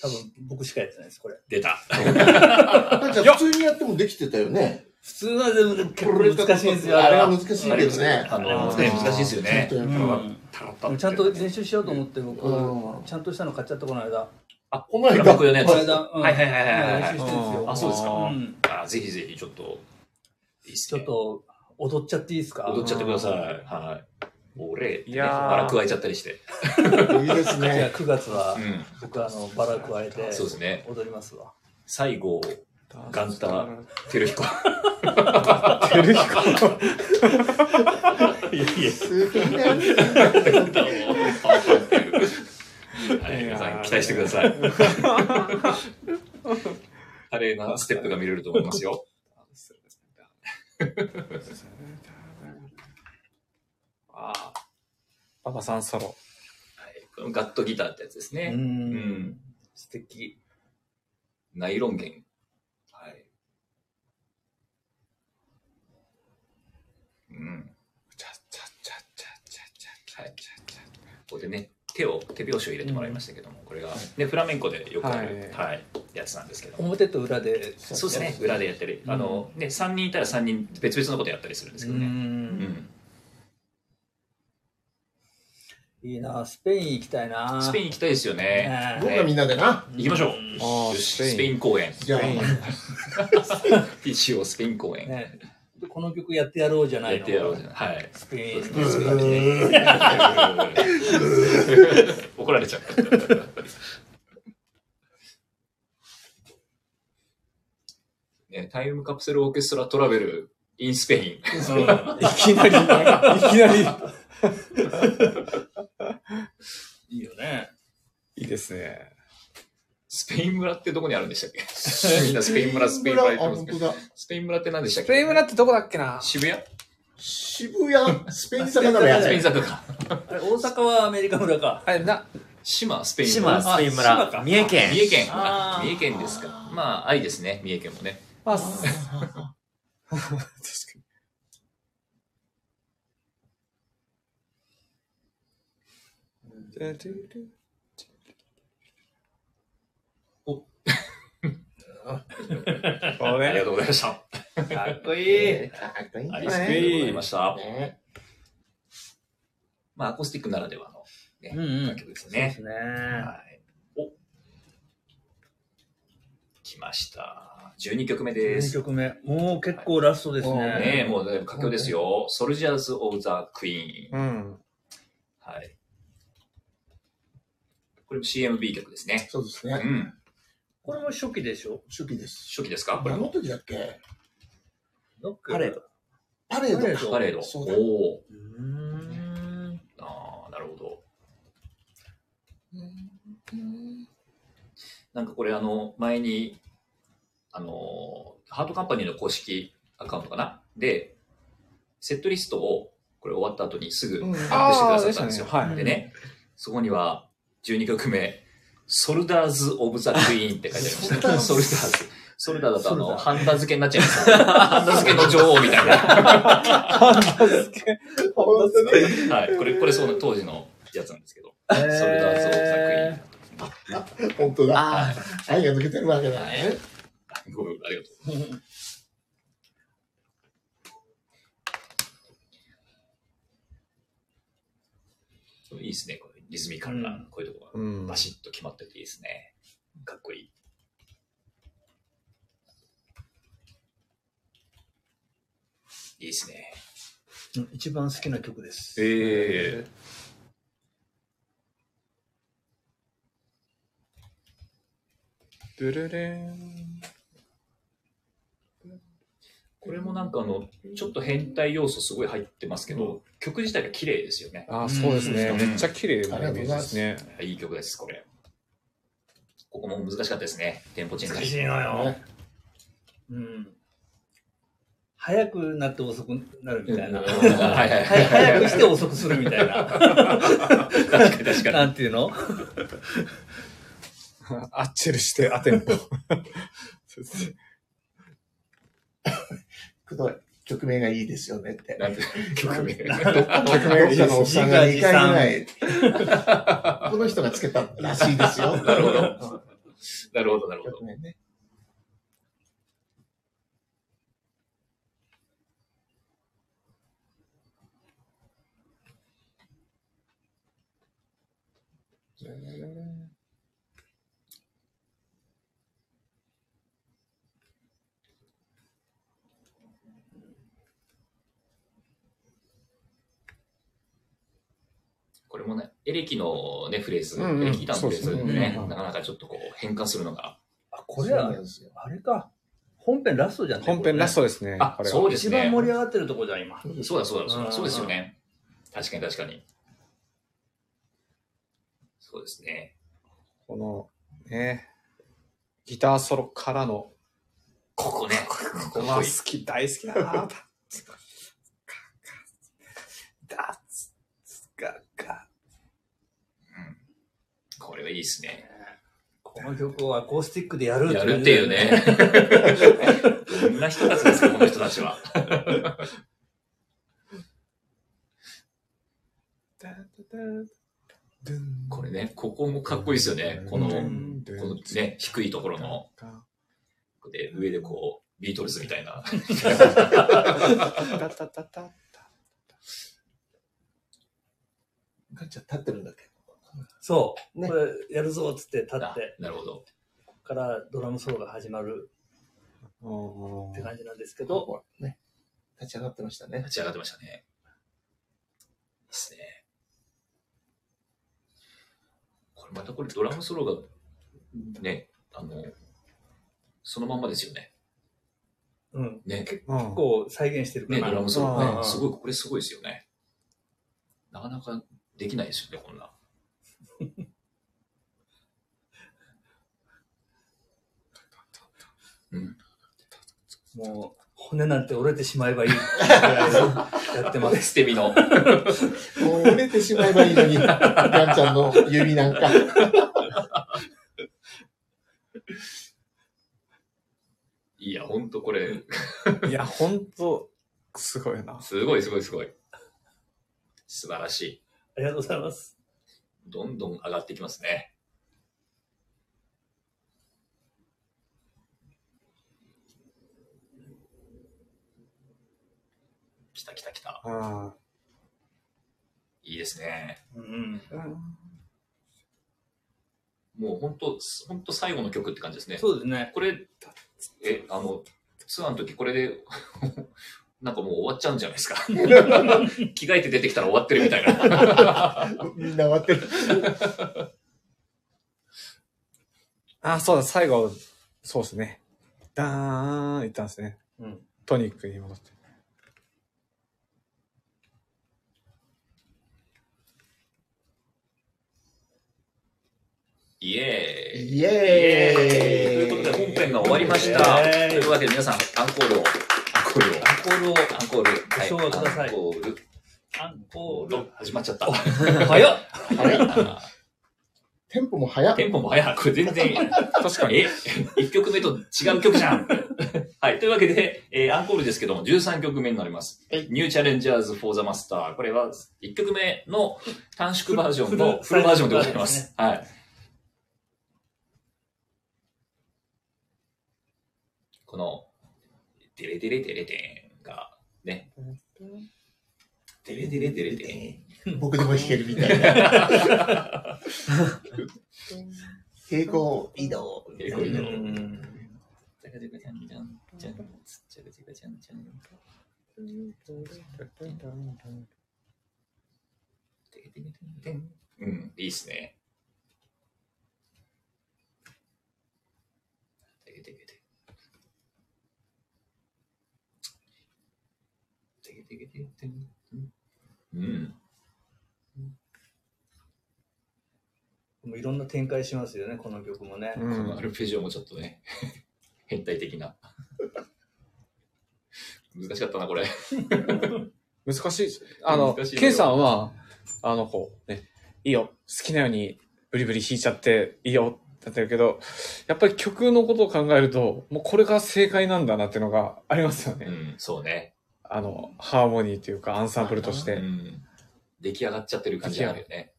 多分僕しかやってないです、これ。出た。なんか普通にやってもできてたよね。普通はでも結構難しいんですよ、ああれれはは。難しいですね。あの、ね、難しいですよね。ちょっとうやっぱんタラッタちゃんと練習しようと思って僕、うんちゃんとしたの買っちゃったこの間。あ、このフラ間メンコよね。この間、うんはいはいはいはい練はい。習してるんですよ。あ、そうですか。あうんあぜひぜひ、ちょっと、いいっすちょね。っと踊っちゃっていいですか踊っちゃってください。はい。俺、いね、やーバラ加えちゃったりして。 いいでじ すゃあね。 9月はう僕あのバラ加えてん。そうですね。踊りますわ。西郷ガンター照彦。テルヒコいやいや、すごいね。ガンターをパンパンっていう。はい皆さん期待してください。華麗なステップが見れると思いますよ。ああ。パパさんソロ。はいこのガットギターってやつですね。う。うんん、素敵。ナイロン弦。はい。うん。チャチャチャチャチャチャチャチャチャ。ここでね、手を、手拍子を入れてもらいましたけども、これが、ね、フラメンコでよくある、ははい、やつなんですけども。表と裏で。そうですね、裏でやったり、あの、ね、3人いたら3人別々のことやったりするんですう。けどね。うんん。いいな、スペイン行きたいな。スペイン行きたいですよねね。どうかみんなでな。行きましょう。あよあ、しススペペイイン。ン公演。じゃあ、一応スペイン公演。ね。でこの曲やってやろうじゃないの。やってやろうじゃない。 はい。スペイン。そうですねスペイン怒られちゃった。ね、タイムカプセルオーケストラトラベルインスペイン。いきなり、いきなり。いいよね。いいですね。スペイン村ってどこにあるんでしたっ けみんなスペイン村、スペイン村言ってあ、ます本けど当。だ。スペイン村って何でしたっスけペイン村ってどこだっけな渋谷渋谷、スペイン坂ならや スペイれン。坂か。あれ大阪はアメリカ村か。あれ、な、島、スペイン島、あスペイン島か村、三重三県。重県。ああー三重県ですか。まあ、愛ですね、三重県もね。まあ、ありがと うございました。かっこいい。あいいんじあゃりながとういございました。ねまあ、アコースティックならではの、ねうんうん楽曲ですでねす。ね。はい。お来ました。12曲目です2。曲目。もう結構ラストですはいね。ねえ、もうだいぶ佳境ですよ。ソルジャーズ・オブ・ザ・クイーン。うん。はい。これも CMB 曲ですね。そうですうね。ん。これも初期でしょ初期です。初期ですかこれ何のも。時だっけパレード。パパレレーードド。パレード。そうだおうーん。お。ああ、なるほど。なんかこれ、あの、前に、あのー、ハートカンパニーの公式アカウントかなで、セットリストを、これ終わった後にすぐうんアップしてくださったんですよ。あーでね、そこには、12曲目、ソルダーズ・オブ・ザ・クイーンって書いてありました。ソルダーズ。ソルダーだとあソルの、ダーハンダ付けになっちゃいます。ハンダ付けの女王みたいな。本当に。はい。これ、これそうな当時のやつなんですけど。 そソルダーズ・オブ・ザ・クイーン。本当だ。あ愛が抜けてるわけだね。ごめん、ありがとう。いいですね、これリズミカルうんな、こういうとこうがんバシッと決まってていいですね。かっこいい。いいですね。一番好きな曲です。ええドゥルルン。これもなんかあの、ちょっと変態要素すごい入ってますけど、曲自体が綺麗ですよね。ああ、そうですね。うんめっちゃ綺麗なイメージですね。いい曲です、これ。ここも難しかったですね。テンポチェンジ。いのよ。うん。早くなって遅くなるみたいな。はいはいはい。早早くして遅くするみたいな。確かに確かに。なんていうのアッチェルしてア テンポ。くどい。曲名がいいですよねって。なんて曲名。曲名がいいですおっさんが2回ぐらい。 この人がつけたらしいですよ。なるほど。なるほど、なるほど曲。名ね。これもね、エレキのね、フレーズ、うんうんエレキギターのフレーズでそうですねねうんう、んなかなかちょっとこう、変化するのが。あ、これはそうなん、ですよあれか。本編ラストじゃん、本編ラスト。トですね。あこ、れはそうです一番ね。盛り上がってるとこじゃん、今。そうだ、そうだ、そううだ、んそうですよね。確かに、確かに。そうですね。この、ね、ギターソロからの、ここね、ここまあが好き、大好きだなぁ。ダッツ、ガガ。これはいいですね。この曲をアコースティックでやるやるっていう。ね。こんな人たちですか、この人たちは。ダダダンこれね、ここも かっこいいですよね。この、うこんのね、低いところの、で、上でこう、ビートルズみたいな。 タタ タタガチャ立ってるんだっけそう。ねこれやるぞっつって立っあて、なるほど。ここからドラムソロが始まるうんって感じなんですけど、こうね。立ち上がってましたね立。ち上がってましたね。いいですね。これまたこれドラムソロが、ね、あの、そのまんまですよね。うん。ね。結構再現してるかね、ら。ドラムソロねう、んすごい、これすごいですよね。なかなかできないですよね、こんな。うん、もう、骨なんて折れてしまえばいいぐらい のやってます。捨て身の。もう 折れてしまえばいいのに、ガンちゃんの指なんか。いや、ほんとこれ、いや、ほんと、すごいな。すごいすごいすごい。素晴らしい。ありがとうございます。どんどん上がってきますね。来た来た来た。うんいいですね。うん。もう本当、本当最後の曲って感じですね。そうですね。これ、え、あの、ツアーの時これで、 なんかもう終わっちゃうんじゃないですか。 着替えて出てきたら終わってるみたいな。 みんな終わってる。あ、そうだ、最後、そうですね。ダーンいったんですね。うん。トニックに戻って。イエーイ。イイエーエーイイということで本編が終わりました。イエーイというわけで皆さん、アンコールを。アンコールを。アンコールを、アンコール。はいご唱和くださいアンコール。アンおコーール。始まっちゃった。早っあテンポも速ーっ。テンポも早い。これ全然、確かに。え、1曲目と違う曲じゃん。はい。というわけで、えーアンコールですけども、13曲目になります。はいニューチャレンジャーズ・フォー・ザ・マスター。これは1曲目の短縮バージョンフのルフルバージョンでございます。はい。この、デレデレデレデンが、ね。デレデレデレデン。僕でも弾けるみたいな。平行移動。えこういうのうんジャカジャカジャンジャンジャンジャカジャカジャンジャンうん、いいっすね。てけてけて。てけてけててんうん。もういろんな展開しますよね、この曲もね。うこのアん。ルペジオもちょっとね、変態的な。難しかったな、これ。難しい。あの、難しいのよケイさんは、あの、こう、ね、いいよ。好きなようにブリブリ弾いちゃっていいよだってるけど、やっぱり曲のことを考えると、もうこれが正解なんだなっていうのがありますよね。うん、そうね。あの、ハーモニーというか、アンサンブルとしうて。ん。出来上がっちゃってる感じがあるよね。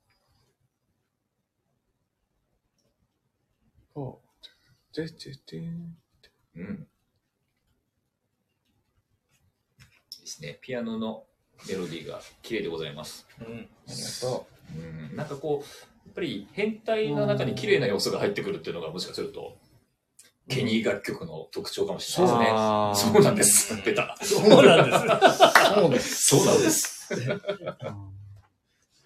そう。でででうん。ですね。ピアノのメロディーが綺麗でございます。うん。ありがとうん。なんかこう、やっぱり変態の中に綺麗な要素が入ってくるっていうのがもしかすると、ケニー楽曲の特徴かもしれないですね。あーそうなんです。出た。そうなんです。う。そうです。そうなんで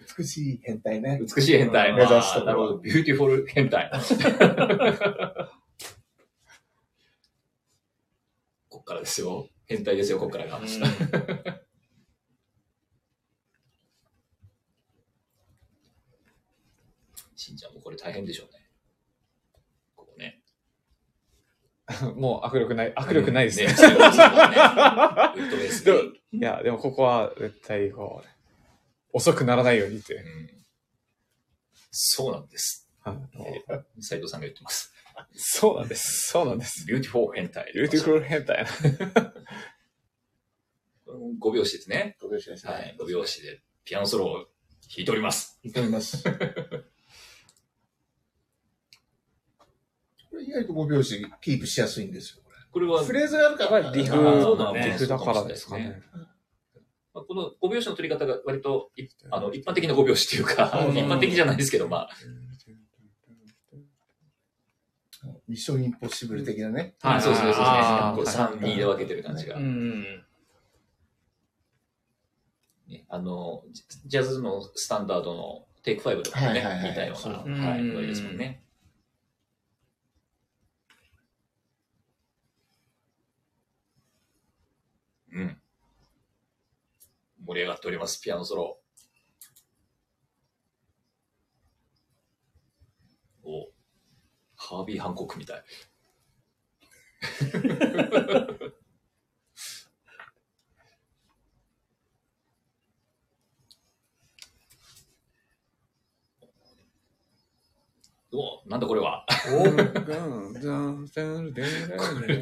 す。美しい変態ね。美しい変態。目指すとあーころなるほど。ビューティフォル変 態。こっからですよ。変態ですよ、こっからが。死んじゃ大変でしょうね。ここね。もう握力ない、握力ないですね。ねそうです よねウッドベースにでもいや、でもここは絶対こう、遅くならないようにって。うんそうなんです。あの斉藤さんが言ってます。そうなんです。そうなんです。ビューティフォー変態。ビューティフル変態な。 5拍子ですね。ご了承ですねはい。5拍子でピアノソロを弾いております。いただきます。 これ意外と5拍子キープしやすいんですよ、ここれはれ。フレーズがあるから。リフ、あーそうだねリフだからですかそうかね。まあこの5拍子の取り方が割といあの一般的な5拍子っていうか、うん一般的じゃないですけど、まミッションインポッシブル的なね。あ、そうですね、そうあーですね。こう3、2で分けてる感じがう。ん。ねあの、ジジャズのスタンダードのテイク5とかもはいはいはねい、似たようそうな、だはうい、んノリですもんね。うん。盛り上がっております、ピアノソロ。おハービー・ハンコックみたい。おなんだこれは。こ れ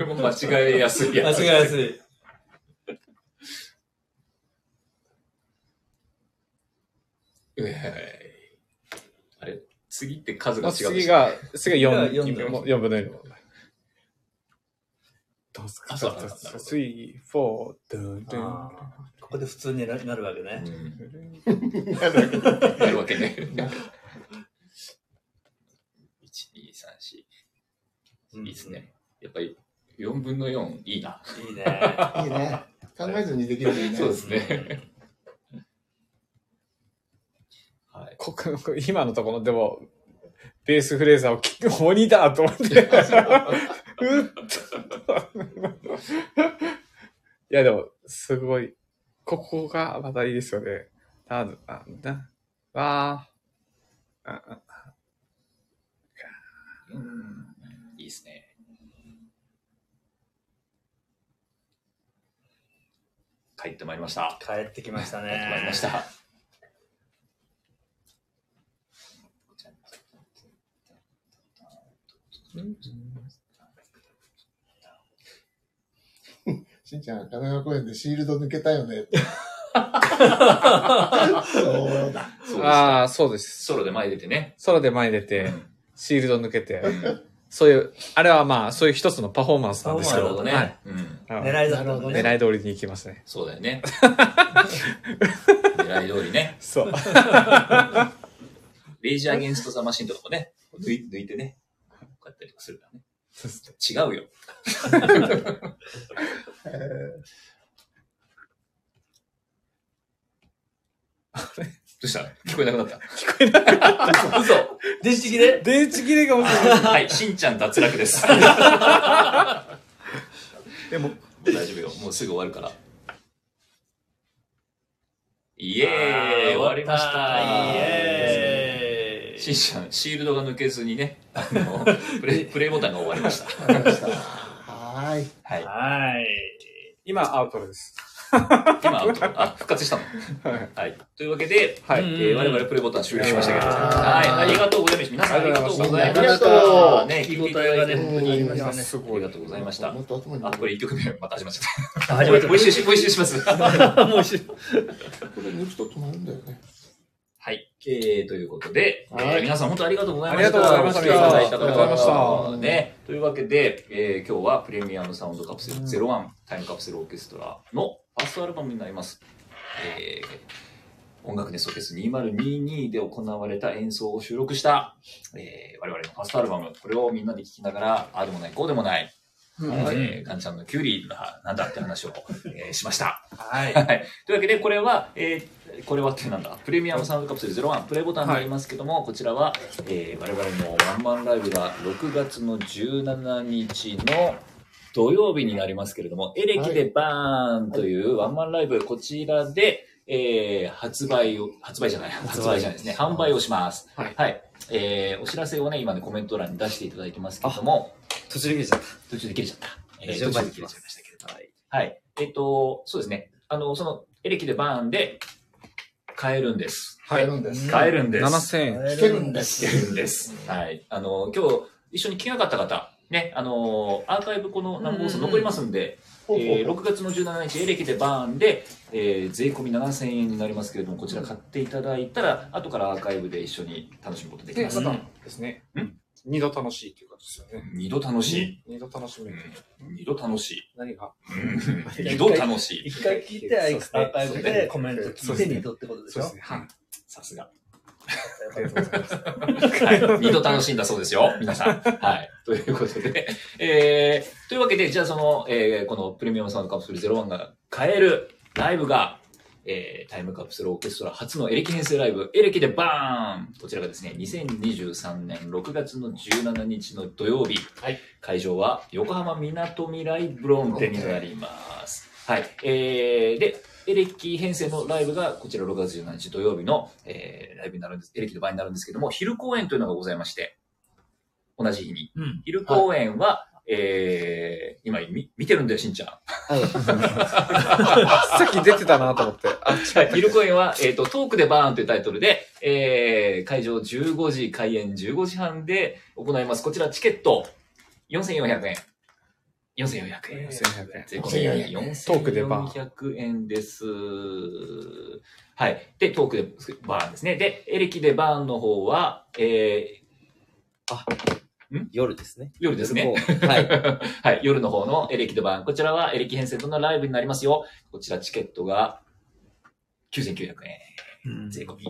も間違えやすい間やつ。違いやすい。えーあれ、次って数がま違あうでしょ。次が、次が次が4、4分の1。どうすかあそうだなるほど ?3、4、ドゥンドゥンあーここで普通にななるわけね。うんドゥン。やるわけね。1、2、3、4。いいですね。やっぱり4分の4いいな。いいね。いいね。考えずにできるといいね。そうですね。 はい。ここの今のところ、でも、ベースフレーザーを聞く鬼だと思って。うっと。いや、でも、すごい。ここがまたいいですよね。ただ、あな、わー。ああうんいいですね。帰ってまいりました。帰ってきましたね。帰ってまいりました。しんちゃん、神奈川公園でシールド抜けたよ ね。そうだ。そうですあー、そうです。ソロで前出てね。 空で前に出うて、んシールド抜けて、なそういう、あれはまあ、そういう一つのパフォーマンスなんですけるほど、どパね。はいうん。はい狙いだったんだね。狙い通りに行きますね。そうだよ ね。狙い通りね。そう。レイジーアゲンストザマシンとかもね、抜い抜いてね、こうやったりとかするからね。違うよ。どうした聞こえなくなった。聞こえなくなった。嘘。電子的で電池切れが面白い。はい、しんちゃん脱落です。でも、もう大丈夫よ。もうすぐ終わるから。イエーイ終わりました。イエーしんイちゃん、シールドが抜けずにね、あ のプレイプレイボタンが終わりました。はーい。はい。 はい。今、アウトです。今、あ、復活したの。はい。というわけで、はいえー我々プレイボタン終了しましたけど、ははいい。ありがとうございました。皆さんありがとうございましありがとうた。ごね、聞聞きい応ていたえだがいてね、本当本当ににありありがまいしやたーね。すとうございましたも。っと後まで。あ、これ1曲目、また始まっちゃっあた。始もう まった。一周、もう一周します。 もう一周これ抜くと止まるんだよね。はい。えー、ということで、えーはい皆さん本当ありがとうございまあしりがた。とうございましおた付き合いいただいた方ありがとうございましたね。というわけで、えー今日はプレミアムサウンドカプセル01、タイムカプセルオーケストラのファーストアルバムになります。えー音楽ネストフェス2022で行われた演奏を収録した、えー我々のファーストアルバム、これをみんなで聴きながら、ああでもない、こうでもない、えーガンちゃんのキュウリがなんだって話を、えーしました。はい。はい、というわけでこれは、えーこれはってなんだプレミアムサウンドカプセル01プレイボタンになりますけども、こちらは、えー我々のワンマンライブが6月の17日の土曜日になりますけれども、エレキでバーンというワンマンライブ、こちらで、えー発売を、発売じゃない、発売じゃないですね、販売をします。はい。えーお知らせをね、今ね、コメント欄に出していただいてますけれども、途中で見えちゃっ途中で切れちゃった。えー順途番中でに切切れれちゃいちゃいままししたけれど。はい。えっ、と、そうですね。あの、その、エレキでバーンで、買えるんです。買えるんです。買えるんです。 7000円。聞けるんです。してるんです。はい。あの、今日、一緒に聞けなかった方、ね、あの、アーカイブこの生放送残りますんで、えー6月の17日、エレキでバーンで、えー税込み7000円になりますけれども、こちら買っていただいたら、後からアーカイブで一緒に楽しむことできます。またですねうん。二度楽しいっていうことですよね。二度楽しい。二度楽しめる。二度楽しい。何が二度楽しい。一回聞いて、アーカイブでコメント聞いて二度ってことでしょね。はい。さすが。ありがとうございます。はい。二度楽しんだそうですよ。皆さん。はい。ということで。えー、というわけで、じゃあその、えー、このプレミアムサウンドカプセル01が変えるライブが、えー、タイムカプセルオーケストラ初のエレキ編成ライブ、エレキでバーンこちらがですね、2023年6月の17日の土曜日。はい会場は横浜みなとみらいブロンテになります。はい。えー、で、エレキ編成のライブがこちら6月17日土曜日の、えーライブになるんです、エレキの場になるんですけども、昼公演というのがございまして、同じ日に。うん昼公演は、えー、今み見てるんだよ、しんちゃん。さっき出てたなと思って。あ、はい、昼公演は、えっ、と、トークでバーンというタイトルで、えー、会場15時、開演15時半で行います。こちらチケット、4400円。4400円。 1400円税込み4400トークでバ円です。はい。で、トークでバーンですね。で、エレキでバーンの方は、えー、夜ですね。夜ですね。はい。 はい、夜の方のエレキでバーン。こちらはエレキ編成とのライブになりますよ。こちらチケットが9900円。税込み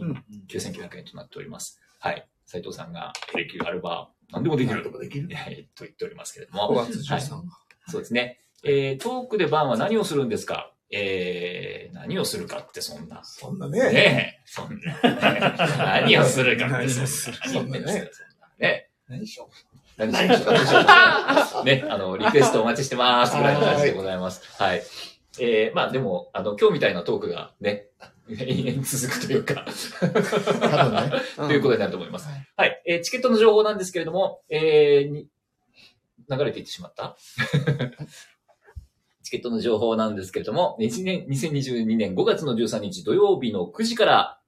9900円となっております。はい。斉藤さんがエレキがあれば何でもできるとできるはいと言っておりますけれど5も。月はい13日。そうですね。えー、トークでバーンは何をするんですかえー、何をするかってそんな。そんなね。ねえ、そん な。何をするかってそんな。そんなね。ね。何でしょ何しましょうね、あの、リクエストお待ちしてますぐらいの感じでございます。はい。えー、まあでも、あの、今日みたいなトークがね、 延々続くというか、う。多分ね。ということになると思います。はい。えー、チケットの情報なんですけれども、えー、に、流れていってしまった チケットの情報なんですけれども、1年、2022年5月の13日土曜日の9時から、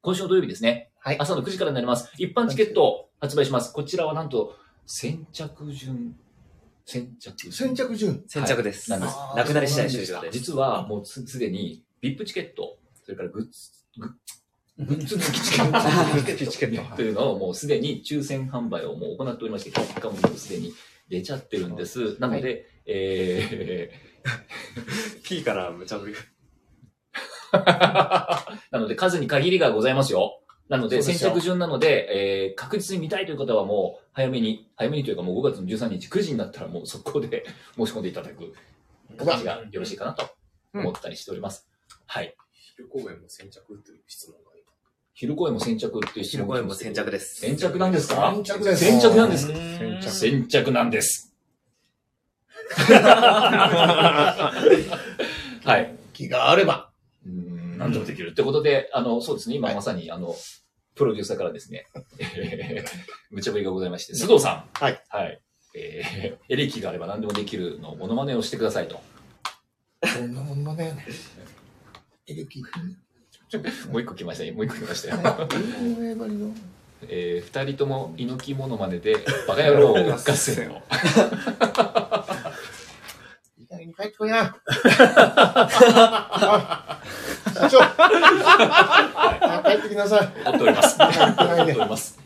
今週の土曜日ですね。はい朝の9時からになります。一般チケットを発売します。こちらはなんと、先着順、先着順。先着順。先着です。はいなんですあーなくなり次第終了です。実はもうすすでに、VIP チケット、それからグッズ、グッグッズ付きチケット。チケット。というのをもうすでに抽選販売をもう行っておりまして、結果ももうすでに出ちゃってるんです。なので、え P から無茶ぶり。ー なので数に限りがございますよ。なので、そう先でしょ着う順なので、えー確実に見たいという方はもう早めに、早めにというかもう5月の13日9時になったらもう速攻で申し込んでいただく形がよろしいかなと思ったりしております。はい。昼公演も先着という質問があり昼公演も先着っていう質昼問公が演も先着です。先着なんですか先着です。先着なんですか先着先着なんです。はい。気があれば。うん何でもできるってことで、あの、そうですね、今まさに、あの、プロデューサーからですね、 えー無茶ぶりがございまして、須藤さん。はい。はい。えーエレキがあれば何でもできるのモノマネをしてくださいと。そんなもんのね。エレキ。もう一個来ましたね。もう一個来ましたよ。運営ばりのえー二人とも猪木モノマネ で、バカ野郎合戦を。意外に帰ってこいな。社長。帰ってきなさい。やっております。やってないやっておねります。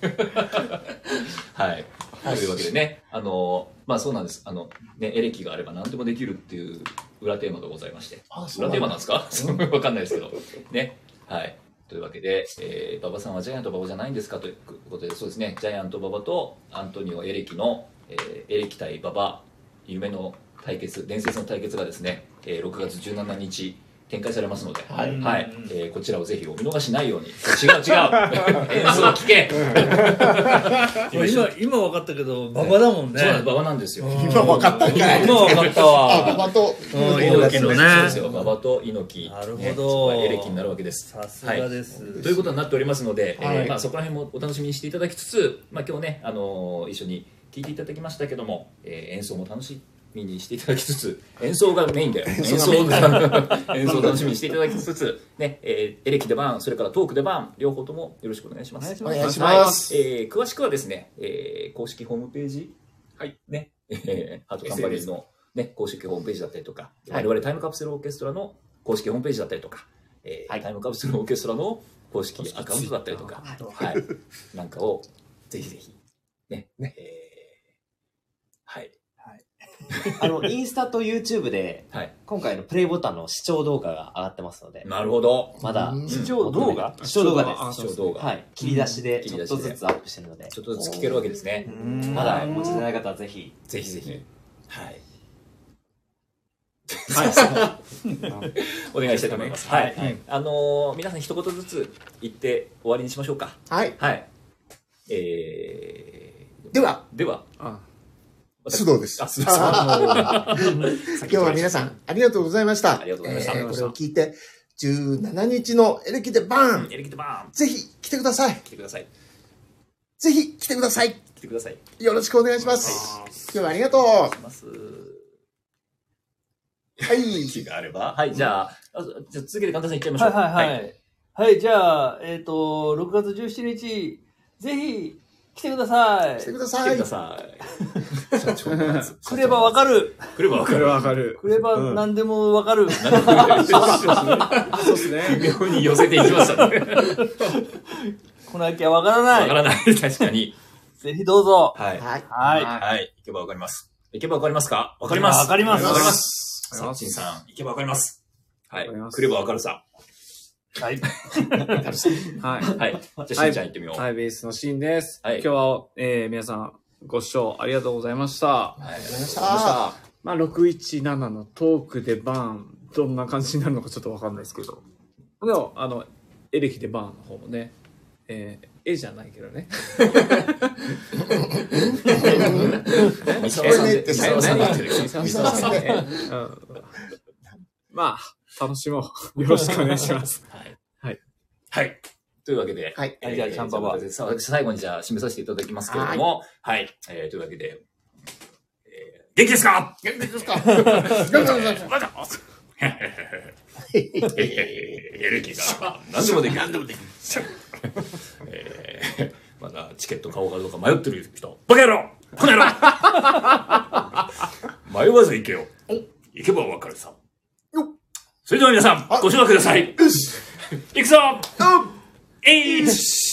はい。というわけでね、あの、まあそうなんです。あの、ね、エレキがあれば何でもできるっていう裏テーマがございまして。あ、そ裏うテーマなんだ。ですかそうわかんないですけど。ね。はい。というわけで、えー、馬場さんはジャイアント馬場じゃないんですかということで、そうですね、ジャイアント馬場とアントニオ・エレキの、えーエレキ対馬場、夢の対決、伝説の対決がですね、えー6月17日、展開されますので、はいい、えーこちらをぜひお見逃しないように。違う違う演奏聞けこれ今、今分かったけど、馬場だもんね。そうなんです、馬場なんですよ。今分かったんかい今分かったあ、バわ。バと、うん猪木猪木のねそうですよ、馬場と猪木。なるほどねそこがエレキになるわけです。さすがです。ということになっておりますので、はいえーまあ、そこら辺もお楽しみにしていただきつつ、まあ、今日ね、あのー一緒に聴いていただきましたけども、えー演奏も楽しみにしていただきつつ演奏がメインだよ 演奏が演奏を楽しみにしていただきつつ、ねえーエレキでバーンそれからトークでバーン両方ともよろしくお願いします。お願いします。はいえー詳しくはですね、えー公式ホームページ、はいね、 えーあとカンパニーの、ね、公式ホームページだったりとか、我々タイムカプセルオーケストラの公式ホームページだったりとか、えータイムカプセルオーケストラの公式アカウントだったりとか、はい、なんかをぜひぜひ、ね、ねえーはい、あの、インスタと YouTube で、はい、今回のプレイボタンの視聴動画が上がってますので、なるほど。まだうん視聴動画視聴動画であ視聴動す。画、はい。切り出しで、切ちりょっ出しとでずつアップしてるので。ちょっとずつ聞けるわけですね。まだお持ちじゃない方はぜひ。ぜひぜひ、はい、 お願いしたいと思います。はい、あのー皆さん一言ずつ言って終わりにしましょうか。はい。はい。えでは、ー、では、あ須藤です。あ、すみません。今日は皆さん、ありがとうございました。ありがとうございましたえーこれを聞いて、17日のエレキでバーンエレキテバーンぜひ来てください来てください。ぜひ来てください来てください。来よろしくお願いします。今日はありがとうます。はい。気があれば。はい、じゃあ、あじゃあ続けて簡単さんいっちゃいましょはう。いはいはい。はい、じゃあ、えっ、と、6月17日、ぜひ、来てください来。てくだ来さていくだ。さい。来ればわかる。来ればわこかれる。はわかる。来れば何でもわかる。そうですね。微妙に寄せていきましたね。来なきゃわからわかない。らない。確かに。ぜひどうぞ。はい。はい。はい。はい。行けばわかります。行けばわかりますかわかります。わかりますわかります。サッチンさん、行けばわかります。はい。わかります来ればわかるさ。はい。ははい。い。じゃあ、しんちゃん行ってみよう。はい、ベースのシーンです。はい今日は、えー皆さん、ご視聴ありがとうございました。はい。ありがとうございまさあ、まあ、617のトークでバーン、どんな感じになるのかちょっとわかんないですけど。でも、あの、エレキでバーンの方もね、えー、絵じゃないけどね。三沢さんで、それね三沢さんで言ってる。三三沢沢ささんんねね。うんまあ、楽しもう。よろしくお願いします。はい。というわけで、はい。えーじゃあシャンパンはさあ私最後にじゃあ締めさせていただきますけれども、はい。えーというわけで、えー元気ですか元気ですかエレキが何でもできる。何でもできる。えー まだチケット買おうかどうか迷ってる人、バカ野郎 この野郎迷わず行けよ。行けばわかるさ。それでは皆さん、ご唱和ください。いくぞ !1!